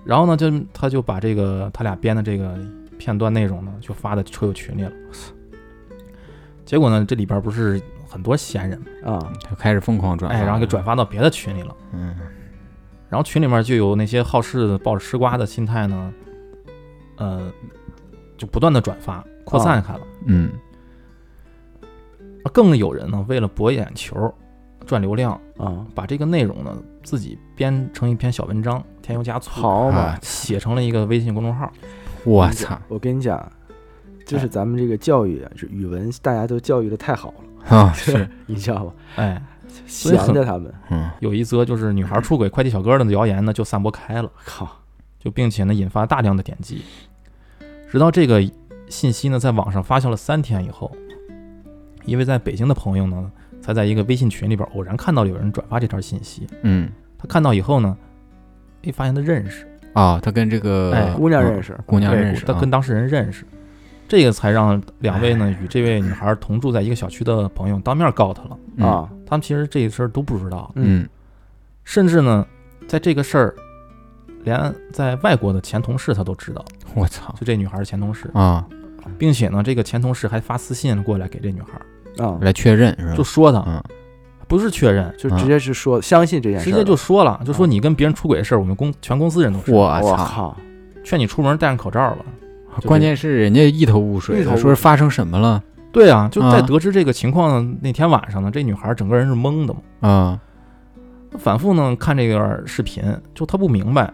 然后呢，就他就把这个他俩编的这个片段内容呢，就发到车友群里了。结果呢，这里边不是很多闲人嘛，
啊，
就开始疯狂转发，
哎，然后给转发到别的群里了。
嗯
然后群里面就有那些好事的抱着吃瓜的心态呢，呃，就不断的转发扩散
啊
开了。
嗯
更有人呢，为了博眼球、赚流量，
啊，
把这个内容呢自己编成一篇小文章，添油加醋，
好嘛
啊，
写成了一个微信公众号。
我操啊
我跟你讲，就是咱们这个教育啊，这语文大家都教育的太好了，
啊是
[laughs] 你知道吧？
哎，
闲
以很
着他们，
嗯
有一则就是女孩出轨快递小哥的谣言呢就散播开了，
靠，
就并且呢引发大量的点击，直到这个信息呢在网上发酵了三天以后，一位在北京的朋友呢才在一个微信群里边偶然看到有人转发这条信息，
嗯
他看到以后呢，哎发现他认识。
啊，他跟这个
哎
姑娘认
识，
识，
姑娘
对，
认识
他
啊
跟当事人认识，这个才让两位呢与这位女孩同住在一个小区的朋友当面告他了。
嗯
啊，
他们其实这一事儿都不知道，
嗯
甚至呢，在这个事儿，连在外国的前同事他都知道，
我操
就这女孩的前同事，
啊
并且呢，这个前同事还发私信过来给这女孩，
啊，
来确认是吧？
就说她
嗯
不是确认，
就直接是说相信这件事
直
儿
接
了，
就说了，就说你跟别人出轨的事儿，我们公全公司人都知道，
嗯我操。
我靠，
劝你出门戴上口罩吧。就
关
这
键是人家一头雾水
一头
的，
雾
说是
水
发生什么了
对啊，就在
啊
得知这个情况那天晚上呢，这女孩整个人是懵的嘛，
啊，
反复呢看这个视频，就她不明白，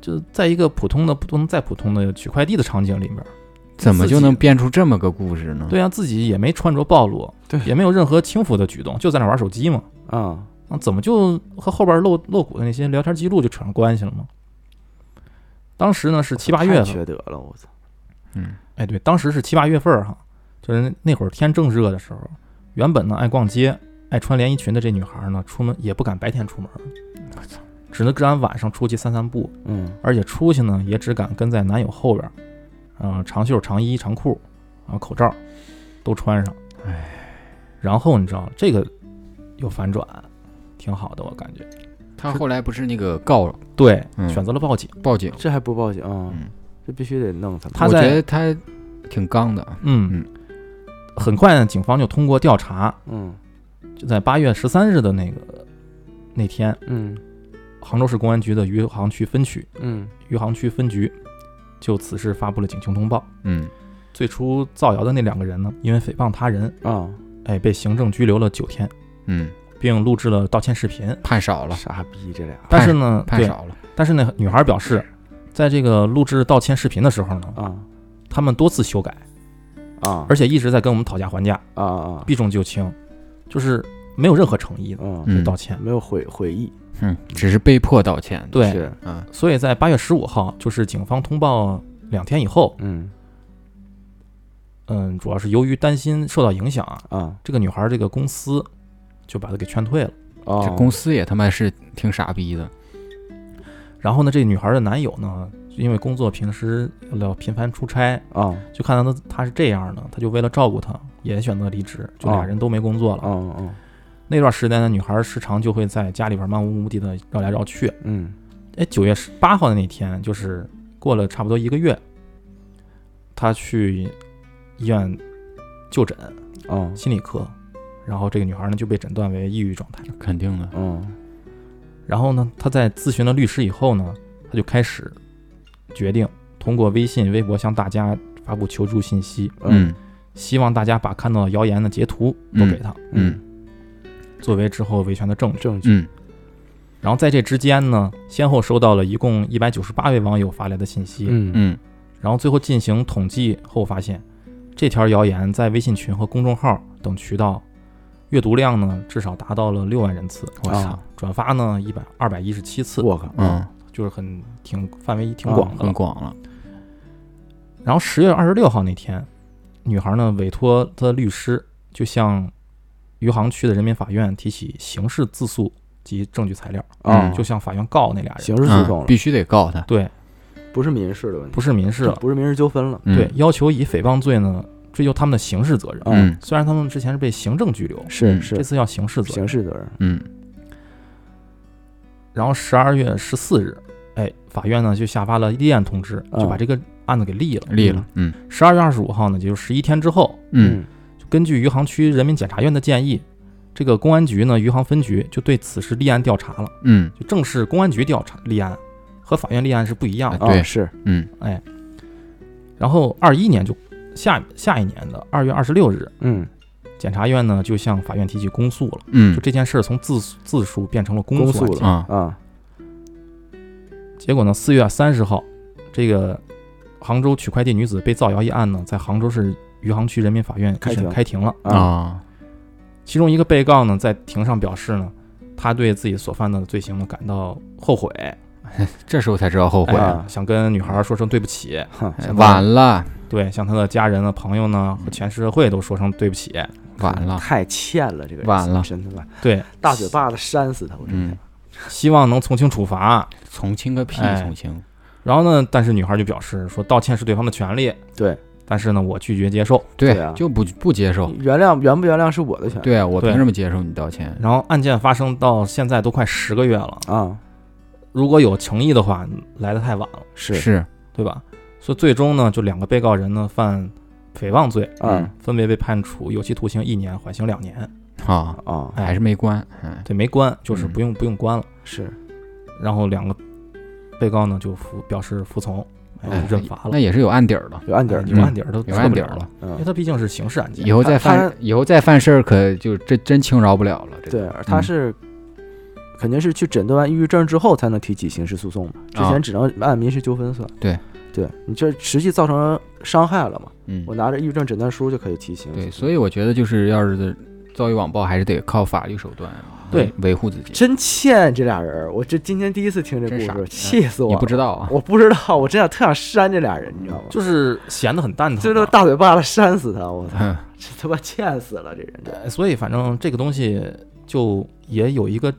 就在一个普通的不能再普通的取快递的场景里面，
嗯怎么
自己
就能变出这么个故事呢？
对啊，自己也没穿着暴露，
对
也没有任何轻浮的举动，就在那玩手机嘛，
啊，
啊，怎么就和后边露露骨的那些聊天记录就扯上关系了吗？当时呢是七八月
太
份，
缺德了，我操！
嗯，
哎，对，当时是七八月份儿哈，就是那那会儿天正热的时候，原本呢爱逛街、爱穿连衣裙的这女孩儿呢，出门也不敢白天出门，我操，只能只敢晚上出去散散步，
嗯
而且出去呢也只敢跟在男友后边儿，嗯、长袖、长衣、长裤，然后口罩都穿上，
哎，
然后你知道这个有反转，挺好的，我感觉，
他后来不是那个告
对，
嗯
选择了报警，
报警，
这还不报警啊
嗯？
这必须得弄他们。
他
我觉
在
得他挺刚的，
嗯，很快呢，警方就通过调查，
嗯
就在八月十三日的那个那天，
嗯
杭州市公安局的余杭区分区
嗯
余杭区分局就此事发布了警情通报。
嗯
最初造谣的那两个人呢，因为诽谤他人，
啊，
哎，被行政拘留了九天，
嗯，
并录制了道歉视频。
判少了，
傻逼这俩
但是呢，
判
对，
少了，
但是呢，女孩表示，在这个录制道歉视频的时候呢，
啊
他们多次修改，
啊
而且一直在跟我们讨价还价，
啊啊！
避重就轻，就是没有任何诚意的
嗯，
嗯
道歉。
没有悔悔意，
嗯，只是被迫道歉，
对，
是
嗯
所以在八月十五号，就是警方通报两天以后，
嗯
嗯，主要是由于担心受到影响啊，
啊
这个女孩儿这个公司就把她给劝退了。
啊
这，公司也他妈是挺傻逼的，
然后呢，这女孩儿的男友呢，因为工作平时要频繁出差，
啊
就看到她她是这样的，他就为了照顾她，也选择离职，就俩
哦
人都没工作
啊
了。
啊
那段时间呢，女孩儿时常就会在家里边漫无目的的绕来绕去。
嗯
哎，九月十八号的那天，就是过了差不多一个月，她去医院就诊
啊
心理科，然后这个女孩儿呢就被诊断为抑郁状态。
肯定的，
嗯
然后呢，他在咨询了律师以后呢，他就开始决定通过微信、微博向大家发布求助信息，
嗯
希望大家把看到的谣言的截图都给他，
嗯
作为之后维权的证据。
证据
嗯
然后在这之间呢，先后收到了一共一百九十八位网友发来的信息，
嗯
嗯
然后最后进行统计后发现，这条谣言在微信群和公众号等渠道阅读量呢至少达到了六万人次，
我
啊
操，
转发呢一百二百一十七次，
我靠哦
嗯，
就是很挺范围挺
啊
广的了
很。广了，
然后十月二十六号那天，女孩呢委托她的律师，就向余杭区的人民法院提起刑事自诉及证据材料，
啊
嗯
就向法院告那俩人。
刑事诉讼
嗯，
了，
必须得告他，
对，
不是民事的问题，
不是民事了，
不是民事纠纷了，
嗯
对，要求以诽谤罪呢追究他们的刑事责任。
嗯
虽然他们之前是被行政拘留，
是
嗯
是
这次要刑事责任
刑。事责任，
嗯
然后十二月十四日，哎，法院呢就下发了立案通知，就把
啊
这个案子给立了。
立了，嗯
十二月二十五号呢，也就是十一天之后，
嗯
根据余杭区人民检察院的建议，这个公安局呢，余杭分局就对此事立案调查了，
嗯
就正式公安局调查立案，和法院立案是不一样的。
啊
对
是
嗯
哎，然后二一年就下下一年的二月二十六日，
嗯
检察院呢就向法院提起公诉了，就
嗯
这件事儿从自诉自诉变成了公
公
诉案
诉
件。
了
啊
啊
结果呢，四月三十号，这个杭州取快递女子被造谣一案呢，在杭州市余杭区人民法院一
开
审
庭
开庭了。
啊
其中一个被告呢，在庭上表示呢，他对自己所犯的罪行呢感到后悔，
这时候才知道后悔
哎，
啊
想跟女孩说声对不起，
哈
哎晚了
对，向他的家人呢、朋友呢和全社会都说声对不起，
晚了，
太欠了，这个人
晚了
真的晚，
对，
[laughs] 大嘴巴子扇死他，我真
嗯
的，，
希望能从轻处罚。
从轻个屁
哎
从轻，
然后呢，但是女孩就表示说，道歉是对方的权利，
对，
但是呢，我拒绝接受。
对啊
就不不接受，
原谅原不原谅是我的权利
哦对啊，我
对
凭什么接受你道歉？
然后案件发生到现在都快十个月了，
啊，
如果有诚意的话，来的太晚了，
是
是，
对吧？所以最终呢，就两个被告人呢犯诽谤罪，
啊
嗯
分别被判处有期徒刑一年，缓刑两年。
啊，
啊
哎
还是没关，嗯
对，没关，就是不
嗯
用、不用关了。
是
然后两个被告呢就服表示服从，
哎
然后就认罚了
那。也是有案底哎儿的，
有案底儿
嗯，
有案底儿都
有
撤
案
不
底
了
儿了
了，。因为
嗯，
它毕竟是刑事案件
以。后再
他
犯
他，
以后再犯事儿，可就这真轻饶不了了。这嗯
对，啊他是肯定是去诊断完抑郁症之后才能提起刑事诉讼嘛，之
啊
前只能按民事纠纷算。
对，
对你这实际造成伤害了嘛？
嗯
我，拿着抑郁症诊断书就可以提刑。
对，所以我觉得就是要是遭遇网暴，还是得靠法律手段
对
维维护自己。
真欠这俩人儿，我这今天第一次听这
真
故
傻嗯
事，气死我
你
了！
不知道啊？
我不知道，我真想特想扇这俩人，你知道吗？
就是闲得很蛋
最
疼
后
嘛，
大嘴巴子扇死他，我操，
嗯
这他妈欠死了这人。
呃所以反正这个东西就也有一个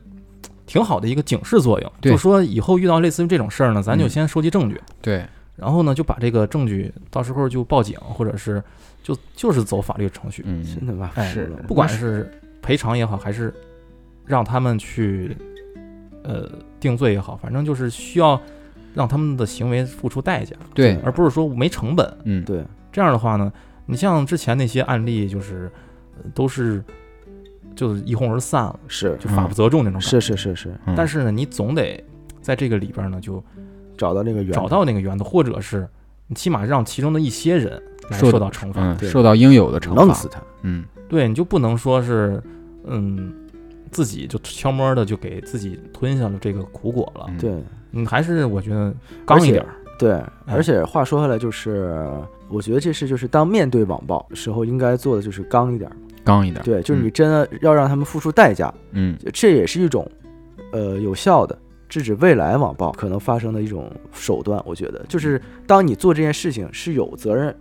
挺好的一个警示作用，
对
就说以后遇到类似于这种事儿呢，咱就
嗯
先收集证据，
[laughs] 对，
然后呢就把这个证据到时候就报警，或者是就就是走法律程序，
嗯，
真他妈
哎
服了
不管是赔偿也好，还是让他们去呃定罪也好，反正就是需要让他们的行为付出代价，
啊
对，
而不是说没成本。
嗯，
对，
这样的话呢，你像之前那些案例，就是、呃都是就是一哄而散了，
是
就法不责众那种感觉。
是是是是，
嗯
但是呢，你总得在这个里边呢，就
找到那个源头
找到那个源头，或者是你起码让其中的一些人来
受
受到惩罚。
嗯，
对
受到应有的惩
弄
罚。
死他。
嗯，
对，你就不能说是嗯自己就悄摸的就给自己吞下了这个苦果了。
嗯，
啊对
嗯，还是我觉得刚一点儿。
对，
哎
而且话说回来，就是我觉得这事就是当面对网暴时候应该做的就是刚一点儿。
刚一点。
对，就是
嗯
你真的要让他们付出代价，
嗯，
这也是一种呃有效的制止未来网暴可能发生的一种手段。我觉得，就是当你做这件事情是有责任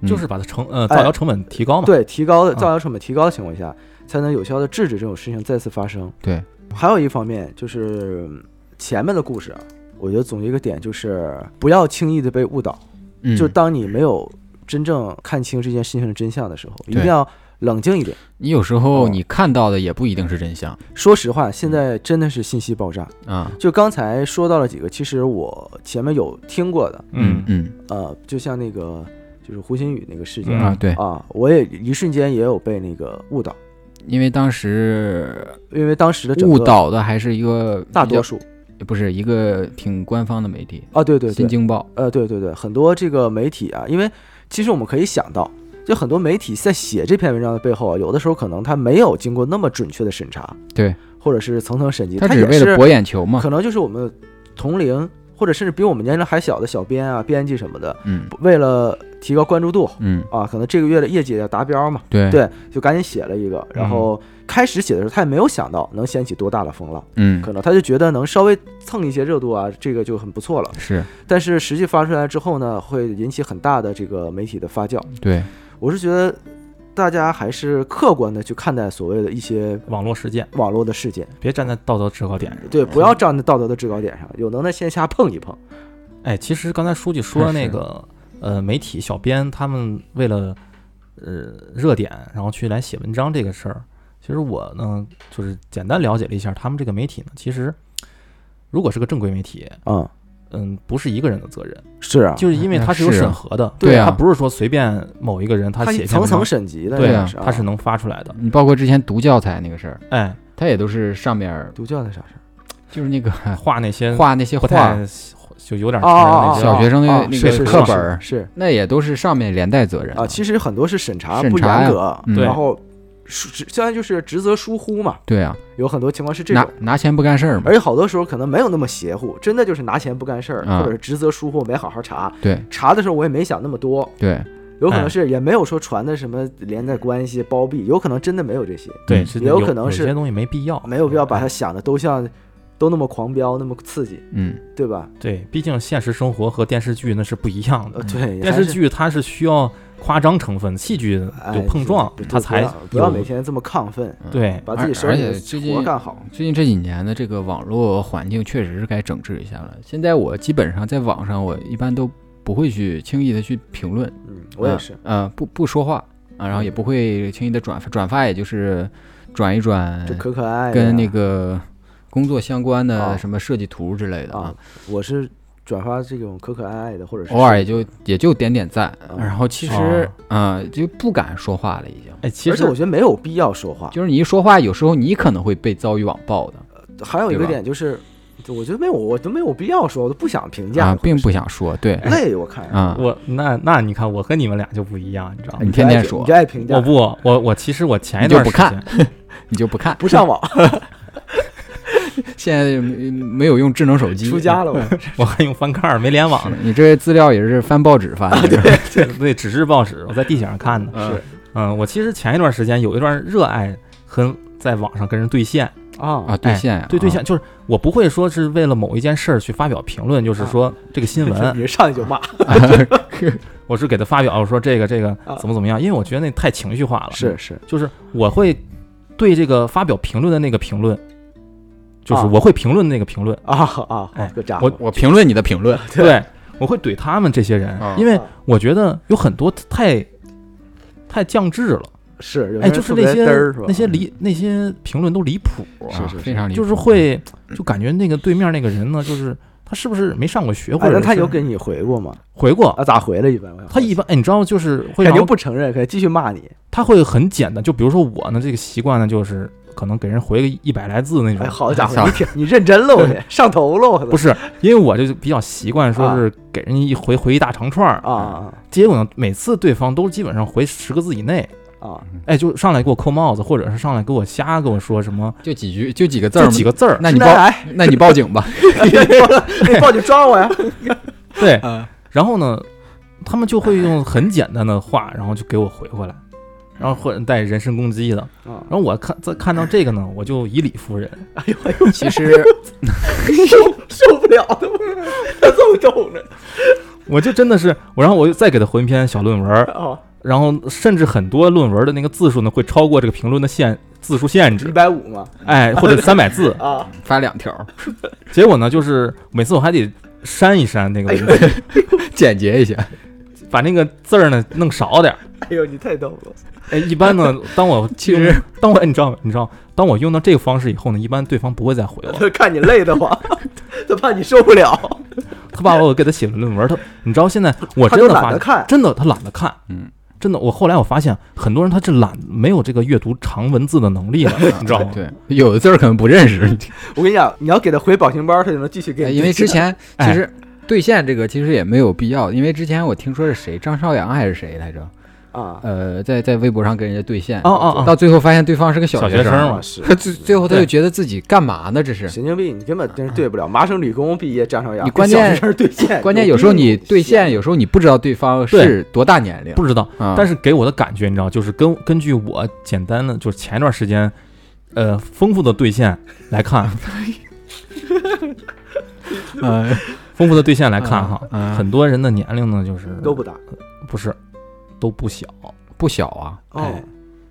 嗯
就是把它成呃造谣成本提
哦
高嘛，
对提高的
啊
造谣成本提高的情况下，才能有效的制止这种事情再次发生。
对，
还有一方面就是嗯前面的故事啊，我觉得总结一个点就是不要轻易的被误导。
嗯
就当你没有真正看清这件事情的真相的时候，一
对
定要冷静一点。
你有时候
哦
你看到的也不一定是真相
说实话，现在真的是信息爆炸。
啊。
就刚才说到了几个，其实我前面有听过的，
嗯
嗯，
嗯
呃，就像那个就是胡鑫宇那个事件、
嗯
啊，对，
啊，我也一瞬间也有被那个误导，
因为当时
因为当时的整个
误导的还是一个
大
比较
多数
不是一个挺官方的媒体，
啊，对对
新
对，
京报》。
呃，对对对，很多这个媒体啊，因为其实我们可以想到。就很多媒体在写这篇文章的背后啊，有的时候可能他没有经过那么准确的审查，
对，
或者是层层审计，
他
他
只是
也
为了博眼球嘛。
可能就是我们同龄或者甚至比我们年龄还小的小编啊、编辑什么的，
嗯
为了提高关注度
嗯，
啊，可能这个月的业绩要达标嘛，
对
对，就赶紧写了一个。然后开始写的时候，他也没有想到能掀起多大的风浪，
嗯
可能他就觉得能稍微蹭一些热度啊，这个就很不错了。
是
但是实际发出来之后呢，会引起很大的这个媒体的发酵。
对
我是觉得大家还是客观的去看待所谓的一些
网络事件，
网络的事件，
别站在道德制高点上。
对，不要站在道德的制高点上，有能耐线下碰一碰。
哎，其实刚才书记说
是
那个呃，媒体小编他们为了呃热点，然后去来写文章这个事儿，其实我呢就是简单了解了一下，他们这个媒体呢，其实如果是个正规媒体，
嗯，
嗯，不是一个人的责任，
是啊，
就是因为
那
它是有
是啊
审核的，
对啊
它不是说随便某一个人他
它
写一篇
层
文
层
章，
审级的，
对
啊
是啊
他是能发出来的。
你包括之前读教材那个事儿，
哎，
他也都是上面儿
读教的啥事儿？
就是那个
哎画那些
画那些
嗯不
画
太，就啊有点
哦哦
那
哦
些
小学生的
哦
那
是
个
是
课本儿，
是
那也都是上面连带责任
啊，
的
其实很多是审查
审
不
查呀
严格，
嗯
然后疏只相当于就是职责疏忽嘛，
对啊，
有很多情况是这
拿
种。
拿钱不干事儿嘛
而。且好多时候可能没有那么邪乎，真的就是拿钱不干事儿，
啊
或者是职责疏忽没好好查。
对
查的时候我也没想那么多，
对，
有可能是也没有说传的什么连带关系、包庇，有可能真的没有这些，
对，
嗯
是
也
有
有可能是
有些东西没必要，
没有必要把它想的都像都那么狂飙、那么刺激，
嗯
对吧？
对，毕竟现实生活和电视剧那是不一样
呃，
的。
对，
电
还
视
是
剧它是需要夸张成分，戏剧有碰撞，
哎
它才
不要不要
有
每天这么亢奋，
嗯
对
把自己手
而
里
而且最
的
近
活干好。
最近这几年的这个网络环境确实是该整治一下了。现在我基本上在网上，我一般都不会去轻易的去评论，
嗯，我也是。
呃，呃不不说话啊，然后也不会轻易的转发，转发也就是转一转
哎
这可可爱的
跟那个工作相关
啊
的什么设计图之类的
啊，，我是转发这种可可爱爱的，或者是
偶尔也就也就点点赞，
嗯
然后其实啊就不敢说话了，已经。
哎，其
而且我
实
觉得没有必要说话。
就是你一说话，有时候你可能会被遭遇网暴的。
还有一个
对吧
点就是，就我觉得没有，我都没有必要说，我都不想评价，
啊，并不想说，对，
累，我看
啊，
我那那你看，我跟你们俩就不一样，你知道
你
吗？
天天
你就爱
说
你就爱评价，
我不，我我其实我前一
你就
段
不
时
看
间， [laughs]
你就不看。
不上网，
现在嗯没有用智能手机，
出家了，我
我还用翻看儿没联网呢，
是你这资料也是翻报纸
啊
翻的，对，
那纸质报纸我在地铁上看的。
嗯
是
[laughs] 嗯，我其实前一段时间有一段热爱和在网上跟人对线，
啊，
啊，
兑现呀，
哎对对
啊
线，就是我不会说是为了某一件事儿去发表评论，就是说这个新
[laughs]
闻，
你上去就骂，
啊
我是给他发表我说这个这个 [laughs] 怎么怎么样，因为我觉得那太情绪化了。
啊是，是，
就是我会对这个发表评论的那个评论，就是
啊
我会评论那个评论，
啊啊，
哎
这家伙
我，
[laughs] 我评论你的评
[laughs]
论，
对，我会怼他们这些人
啊，
因为
啊
我觉得有很多太太降智了，
是，有的
哎，
人
就是
特别
那些
嘚儿是吧嗯哎
那些离那些评论都离谱，嗯
是
啊
是
非常离谱
就是会就感觉那个对面那个人呢，就是他是不是没上过学，或
哎，
者
那他
是
有给你回过吗？
回过
啊，，咋回了？一般我想
他一般哎，你知道就是会
肯
让
定
我
不承认，可以继续骂你。
他会很简单，就比如说我呢这个习惯呢就是。可能给人回个一百来字那种，
哎，好家
嗯操
伙，你挺 [laughs] 你认真喽，你上头喽，
不是，因为我就比较习惯说是给人一回回一大长串儿
啊，啊
结果呢，每次对方都基本上回十个字以内，
嗯
啊！
哎，就上来给我扣帽子，或者是上来给我瞎跟我说什么，
就几句，就几个字儿
就
嘛，
几个字儿，
那你
直
报
男， [laughs] 癌，
那你报
[laughs]
警吧，
哎你报警
[laughs]
抓我呀！
对
啊，
然后呢，他们就会用很简单的话，然后就给我回回来，然后或者带人身攻击的，
[laughs]
啊
然后我看再看到这个呢，我就以理服人，
哎呦哎呦，
其实
受受不了的，他这么逗呢
我就真的是我，然后我又再给他回一篇小论文儿，
啊！
然后甚至很多论文的那个字数呢会超过这个评论的限字数限
一
制，
百五嘛
哎，或者三百字，
啊！
发两条，
结果呢，就是每次我还得删一删那个
哎
文
呦
字，
简洁一下，
[laughs] 把那个字儿呢弄少点儿。
哎呦，你太逗了
哎，一般呢，当我
其实
用当我你知道你知道，当我用到这个方式以后呢，一般对方不会再回！我了。
他看你累得慌， [laughs] 他怕你受不了，
他把我给他写的论文，他你知道现在我
他
真
都
的
懒
发
得
现，
看。
真的他懒得看，
嗯，
真的我后来我发现很多人他是懒没有这个阅读长文字的能力了，你知道吗？
对，有的字儿可能不认识，
我跟你讲，你要给他回表情包，他就能继续给
哎
你。
因为之前其
哎
实兑现这个其实也没有必要，因为之前我听说是谁张少阳还是谁来着，
啊
呃，在在微博上跟人家兑现，
哦哦
到
哦，
最后发现对方是个小
小
学
学生
生，
嘛
啊是
他 [laughs] 最最后他就
对
觉得自己干嘛呢？这是
神经病，你根本真是对不了。麻省理工毕业，张朝阳，
你关键
跟小学生对线，
关键有时候你兑现，
有
有时候你不知道对方是多大年龄，
不知道，
啊，
但是给我的感觉你知道，就是根根据我简单的就是前一段时间，呃，丰富的兑现来看，
嗯，
丰富的兑现来看哈，
嗯嗯
很多人的年龄呢就是
病都不大
不是，都不小，
不小啊，
哦
哎。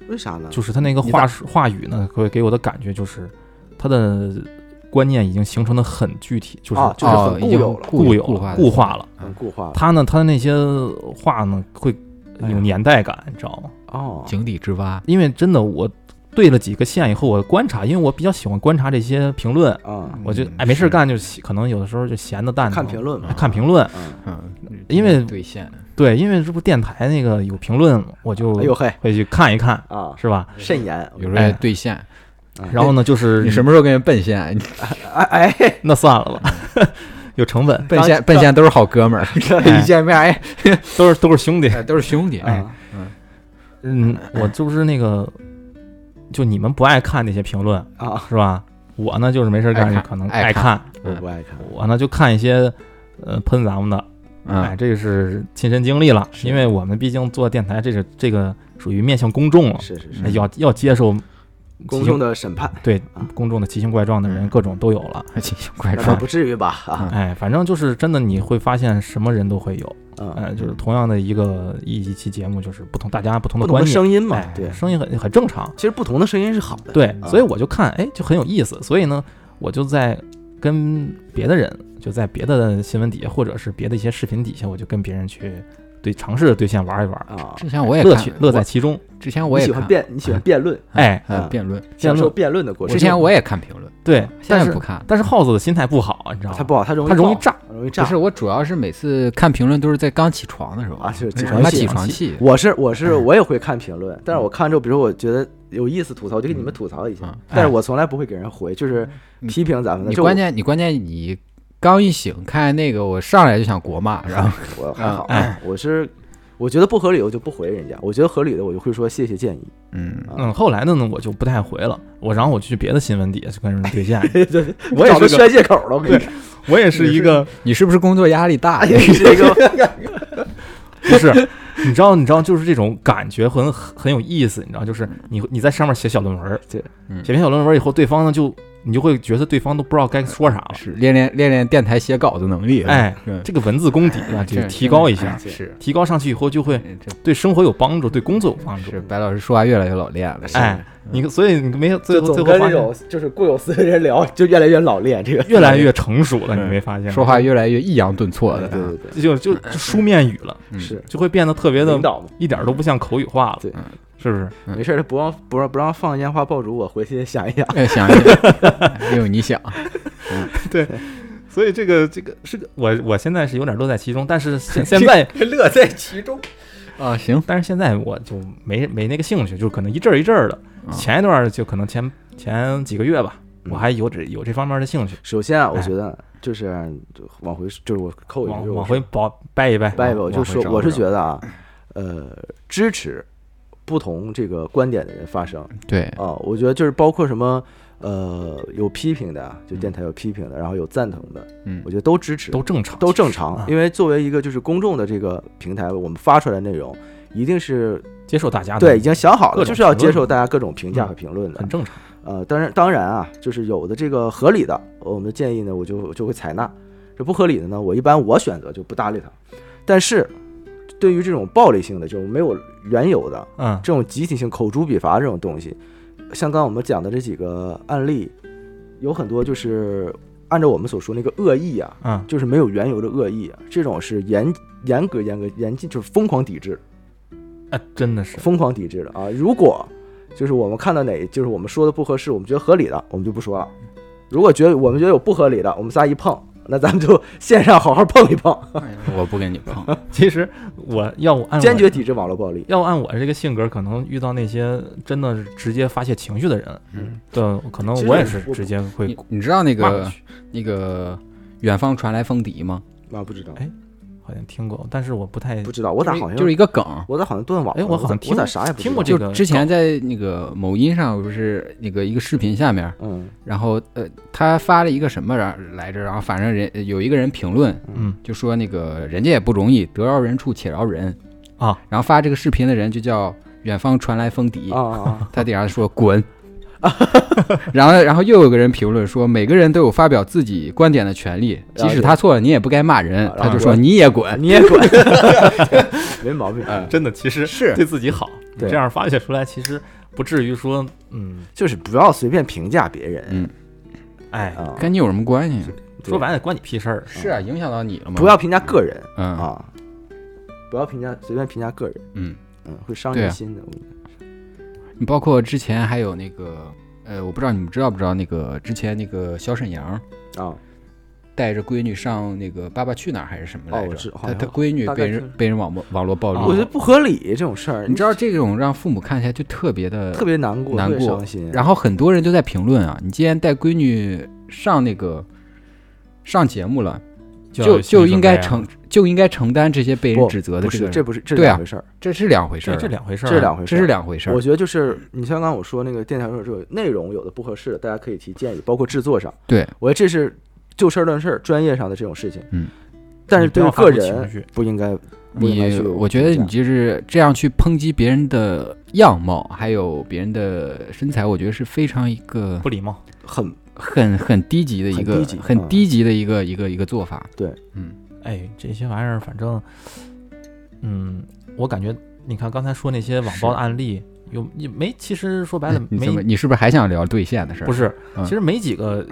为啥呢？
就是他那个
你咋
话术话语呢，会给我的感觉就是他的观念已经形成的很具体，就是、
啊
就是
很
哦
固
已经
有了
固
有
固
了
固
固化了。
很固化了
他呢，他那些话呢会
哎
有
呀
年代感，你知道吗？
哦，
井底之蛙，
因为真的我对了几个线以后，我观察，因为我比较喜欢观察这些评论，
啊，
我就
嗯
哎没事
是
干就喜可能有的时候就闲的蛋疼
看评论嘛，
哎看评论，
嗯，
嗯，
因为
兑现
对，因为这不电台那个有评论，我就
哎呦嘿
会去看一看，
啊，
是吧？
慎言，啊
有时候也
哎
兑现，
然后呢，就是
你什么时候跟人奔现？你
哎哎，
那算了吧， [laughs] 有成本，
奔现奔现都是好哥们儿， [laughs] 一见面哎
都是都是兄弟。
哎都是兄弟，哎
啊
嗯，我就是那个，就你们不爱看那些评论
啊，
是吧？我呢就是没事干
爱看，
可能
爱
爱看。
我不爱看，
我呢就看一些，呃，喷咱们的，哎，
嗯，
这个是亲身经历了，
是
因为我们毕竟做电台，这个这个属于面向公众了，
是是是，
哎要要接受
公众
奇形
的审判，
对
啊
公众的奇形怪状的人，
嗯
各种都有了。
奇形怪
那倒
状
不，至于吧？啊，
哎，反正就是真的，你会发现什么人都会有，
嗯，
哎，就是同样的一个一一期节目，就是不同大家不同
不
的
同
观
的
念，
声音嘛
哎，
对，
声音很很正常。
其实不同的声音是好的，
对，
啊
所以我就看，哎，就很有意思。所以呢，我就在跟别的人，就在别的新闻底下，或者是别的一些视频底下，我就跟别人去对尝试着对线玩一玩，
啊，
之前我也
乐
看
趣乐在
我
其中。
之前我
你
也
喜欢
看
辩，你喜欢辩论，
哎，
呃
啊
辩论，
享
辩
受
论
辩论的过
之
程，
前我也看评论，
对，
现
但
在
是
不看了。
但是耗子的心态不好，你知道吗？
它不好，它容易
它容易
爆
炸，
容易炸
不是，我主要是每次看评论都是在刚起床的时候
啊，是
嗯
起床
怕
气
起
啊
床气。
我是我
嗯
是我也会看评论，但是我看之后，比如说我觉得有意思吐槽，我就给你们吐槽一下，
嗯
哎
但是我从来不会给人回，
嗯
就是批评咱们的。
你
就
关键你关键你刚一醒看见那个，我上来就想国骂，然后
我
嗯
还好，
哎
我是我觉得不合理我就不回人家，我觉得合理的我就会说谢谢建议。
嗯，
嗯，后来的呢，我就不太回了，我然后我去别的新闻底下去跟人 [laughs] 对线，
我也
找
是
这个
宣泄口了，我跟你说，
我也是一个
你是不是工作压力大？
[laughs]
这个
不是， [laughs] 你知道，你知道，就是这种感觉很很有意思，你知道，就是你你在上面写小论文儿，
对
嗯
写篇小论文儿以后，对方呢就你就会觉得对方都不知道该说啥了，
是练练练练电台写稿的能力。
哎
嗯，
这个文字功底啊，
这
就提高一下，
这是
提高上去以后就会
这
对生活有帮助，对工作有帮助
是。白老师说话越来越老练了。
哎，你所以你没有最
就
后最
总
后
跟
发
那
现
种就是固有思维人聊，就越来越老练，这个
越来越成熟了，你
嗯
没发现吗
说话越来越抑扬顿挫
对
的。
对对，
就就就书面语了，
嗯
是
就会啊变得嗯特别的
领，导嘛，
一点儿都不像口语化了
对，
是不是？
没事儿，他不让不让不让放烟花爆竹，我回去想一想。
哎，想一想，哎呦，你想，
所以这个这个是个我我现在是有点乐在其中，但是
[laughs]
现现在
乐在其中，
啊，行，
但是现在我就没没那个兴趣，就可能一阵儿一阵儿的。
嗯
前一段儿就可能前前几个月吧，
嗯
我还有这有这方面的兴趣，
首先啊，我
哎
觉得就是就往回，就是我扣一句，
往
就是
往回保掰一掰，
拜拜，我
往
就
回
说，
找
我是
找
觉得啊，呃，支持不同这个观点的人发声
对，
啊，我觉得就是包括什么呃有批评的啊，就电台有批评的，然后有赞同的，
嗯
我觉得都支持，
都正常，
都正
啊
常，因为作为一个就是公众的这个平台，我们发出来的内容一定是
接受大家的
对已经想好
各
了，
种
就是要
评论
接受大家各种评价
嗯
和评论的
很，正常。
呃，当然当然啊，就是有的这个合理的，呃我们的建议呢，我就就会采纳；这不合理的呢，我一般我选择就不搭理他。但是，对于这种暴力性的、这种没有缘由的、
嗯，
这种集体性口诛笔伐这种东西，像刚刚我们讲的这几个案例，有很多就是按照我们所说那个恶意啊，
嗯，
就是没有缘由的恶意啊，这种是严严格严格严禁，就是疯狂抵制。
哎，真的是，
疯狂抵制的啊！如果就是我们看到哪，就是我们说的不合适，我们觉得合理的，我们就不说了；如果觉得我们觉得有不合理的，我们仨一碰，那咱们就线上好好碰一碰，
我不跟你碰，
其实我要我按我
坚决抵制网络暴力。
要按我这个性格，可能遇到那些真的是直接发泄情绪的人，
嗯，
对，可能
其实
我也
我
是
我
直接会
你你知道那
骂过
个
去，
那个远方传来风笛吗？
啊，不知道
哎好像听过，但是我不太
不知道，我咋好像
哎就是一个梗，
我咋好像断网了？
哎我
我
好像
咋
听
我咋啥也不知道
听过这
就
个
之前在那个某音上不是那个一个视频下面，
嗯
然后呃他发了一个什么然来着，然后反正人有一个人评论
嗯
就说那个人家也不容易，得饶人处且饶人
啊，
然后发这个视频的人就叫远方传来风笛
啊，啊啊，
他底下说滚。[laughs]
啊
然后，然后又有个人评论说，每个人都有发表自己观点的权利，即使他错了，你也不该骂人
啊。
他就
滚
说你 [laughs] 也
啊
滚，
你也滚， [laughs] 没毛病，
嗯
真的其实
是
[laughs] 对自己好，你
对
这样发泄出来，其实不至于说，嗯，
就是不要随便评价别人
嗯
哎，
啊，
跟你有什么关系？
对
说白了关你屁事儿。
是啊，影响到你了吗？
不要评价个人
嗯
啊，不要评价随便评价个人，
嗯，
嗯，会伤
对
人
啊
心的。我觉得
你包括之前还有那个，呃，我不知道你们知道不知道那个之前那个小沈阳
啊，
带着闺女上那个《爸爸去哪儿》还是什么来
哦我
着？
知好
他
像
他闺女
大概
被
知
人
道
被人网络网络暴
啊
我
力
觉得，不合理这种事儿，
哦你知道这种让父母看起来就特别的
特别难过，
难
特别
过
伤心。
然后很多人就在评论啊，你既然带闺女上那个上节目了，就就应该承就应该承担这些被人
不
指责的
不
这
是，
个，
这不是这是
对啊
两回事儿，
这是两回事
这
儿，啊
这两回事儿，啊
这是两回事
这
儿。
是两回事
我
儿。啊
觉得就是你像刚刚我说那个电台说这个内容有的不合适的，大家可以提建议，包括制作上。
对，
我觉得这是就事儿论事儿，专业上的这种事情。
嗯，
但是
你不
对
要
于
发
个
出情
人
绪
不应该，不应该
你
去，
我觉得你就是这样去抨击别人的样貌，还有别人的身材，我觉得是非常一个
不礼貌，
很
很很低级的一
很
个
低级嗯
很低级的一个一个一个做法。
对，
嗯，
哎，这些玩意儿，反正，嗯，我感觉你看刚才说那些网暴的
是
案例，有也没，其实说白了
[laughs]
你
没
怎么你是不是还想聊兑现的事儿？
不，是，
嗯
其实没几个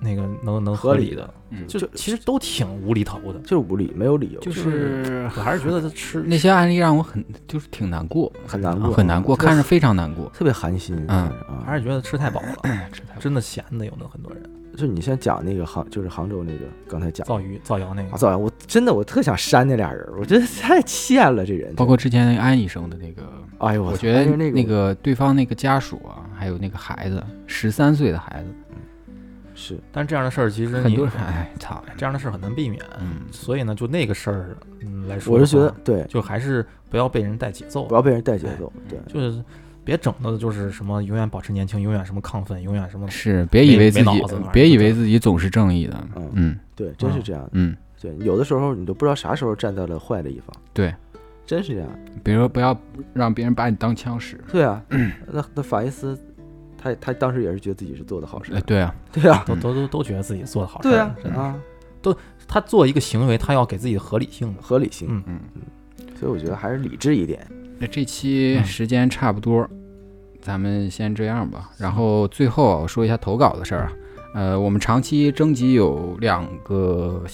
那个能能
合理
理的，
嗯
就
就
其实都挺无厘头的。
就是无理，没有理由，
就是
我还是觉得他吃
[laughs] 那些案例让我很就是挺难过，
很难
啊
过，
很难过，看着非常难过。
特别寒心。
嗯
啊，
还是觉得吃太饱
[clears throat] 哎
了，
吃太
真的咸的，有的很多人
就是你先讲那个杭，就是杭州那个刚才讲
造鱼造谣那
啊，
个，
造谣，我真的我特想删那俩人，我觉得太欠了这人。
包括之前那个安医生的那个，
哎呦，
我
操
觉得
哎呦那
那个对方那个家属啊，还有那个孩子，十三岁的孩子，
是
但是这样的事儿其实
很
你
多人哎操，
这样的事儿很难避免，
嗯
所以呢，就那个事儿嗯来说
我
的话，
是觉得对，
就还是不要被人带节奏
不，要被人带节奏，对，
哎就是别整的就是什么永远保持年轻，永远什么亢奋，永远什么
是别以为自
嗯没
己
脑子玩儿
别以为自己总是正义的，
嗯
嗯
对，真是
啊
这样的。
嗯，
对，有的时候你都不知道啥时候站在了坏的一方。
对，
真是这样。
比如说不要让别人把你当枪使，
对啊，
嗯
[clears throat] 那那法西斯，他他当时也是觉得自己是做的好事
哎。对啊，
对啊，
都都都都觉得自己做的好事儿。
对啊
真，的
啊，
他做一个行为，他要给自己合理性的。
合理性。
嗯
嗯。
所以我觉得还是理智一点。
那这期
嗯
时间差不多，咱们先这样吧。然后最后啊说一下投稿的事儿啊，呃，我们长期征集有两个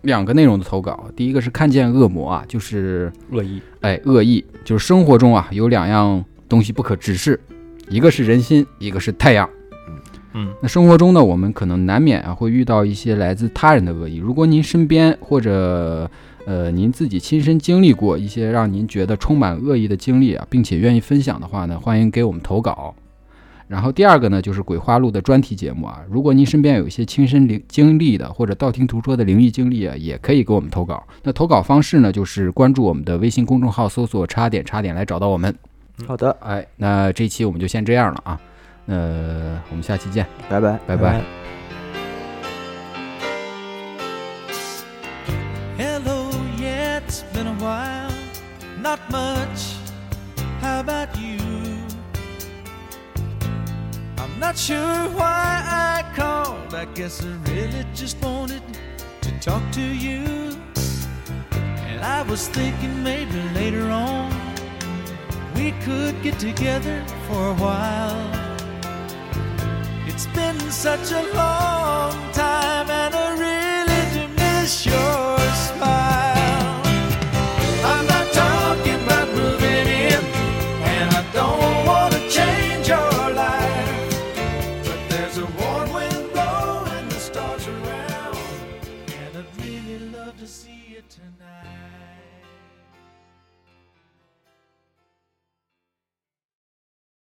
两个内容的投稿，第一个是看见恶魔啊，就是
恶意，
哎恶意，就是生活中啊有两样东西不可直视，一个是人心，一个是太阳。
嗯，
那生活中呢，我们可能难免啊会遇到一些来自他人的恶意。如果您身边或者呃您自己亲身经历过一些让您觉得充满恶意的经历啊，并且愿意分享的话呢，欢迎给我们投稿。然后第二个呢，就是鬼话录的专题节目啊。如果您身边有一些亲身灵经历的或者道听途说的灵异经历啊，也可以给我们投稿。那投稿方式呢，就是关注我们的微信公众号，搜索“叉点叉点”来找到我们。
嗯
好的，
哎，那这期我们就先这样了啊。呃，我们下期见，
拜拜。
拜拜。
Hello, yeah, it's been a while. Not much. How about you? I'm not sure why I called. I guess I really just wanted to talk to you. And I was thinking maybe later on we could get together for a while. It's been such a long time, and I really do miss your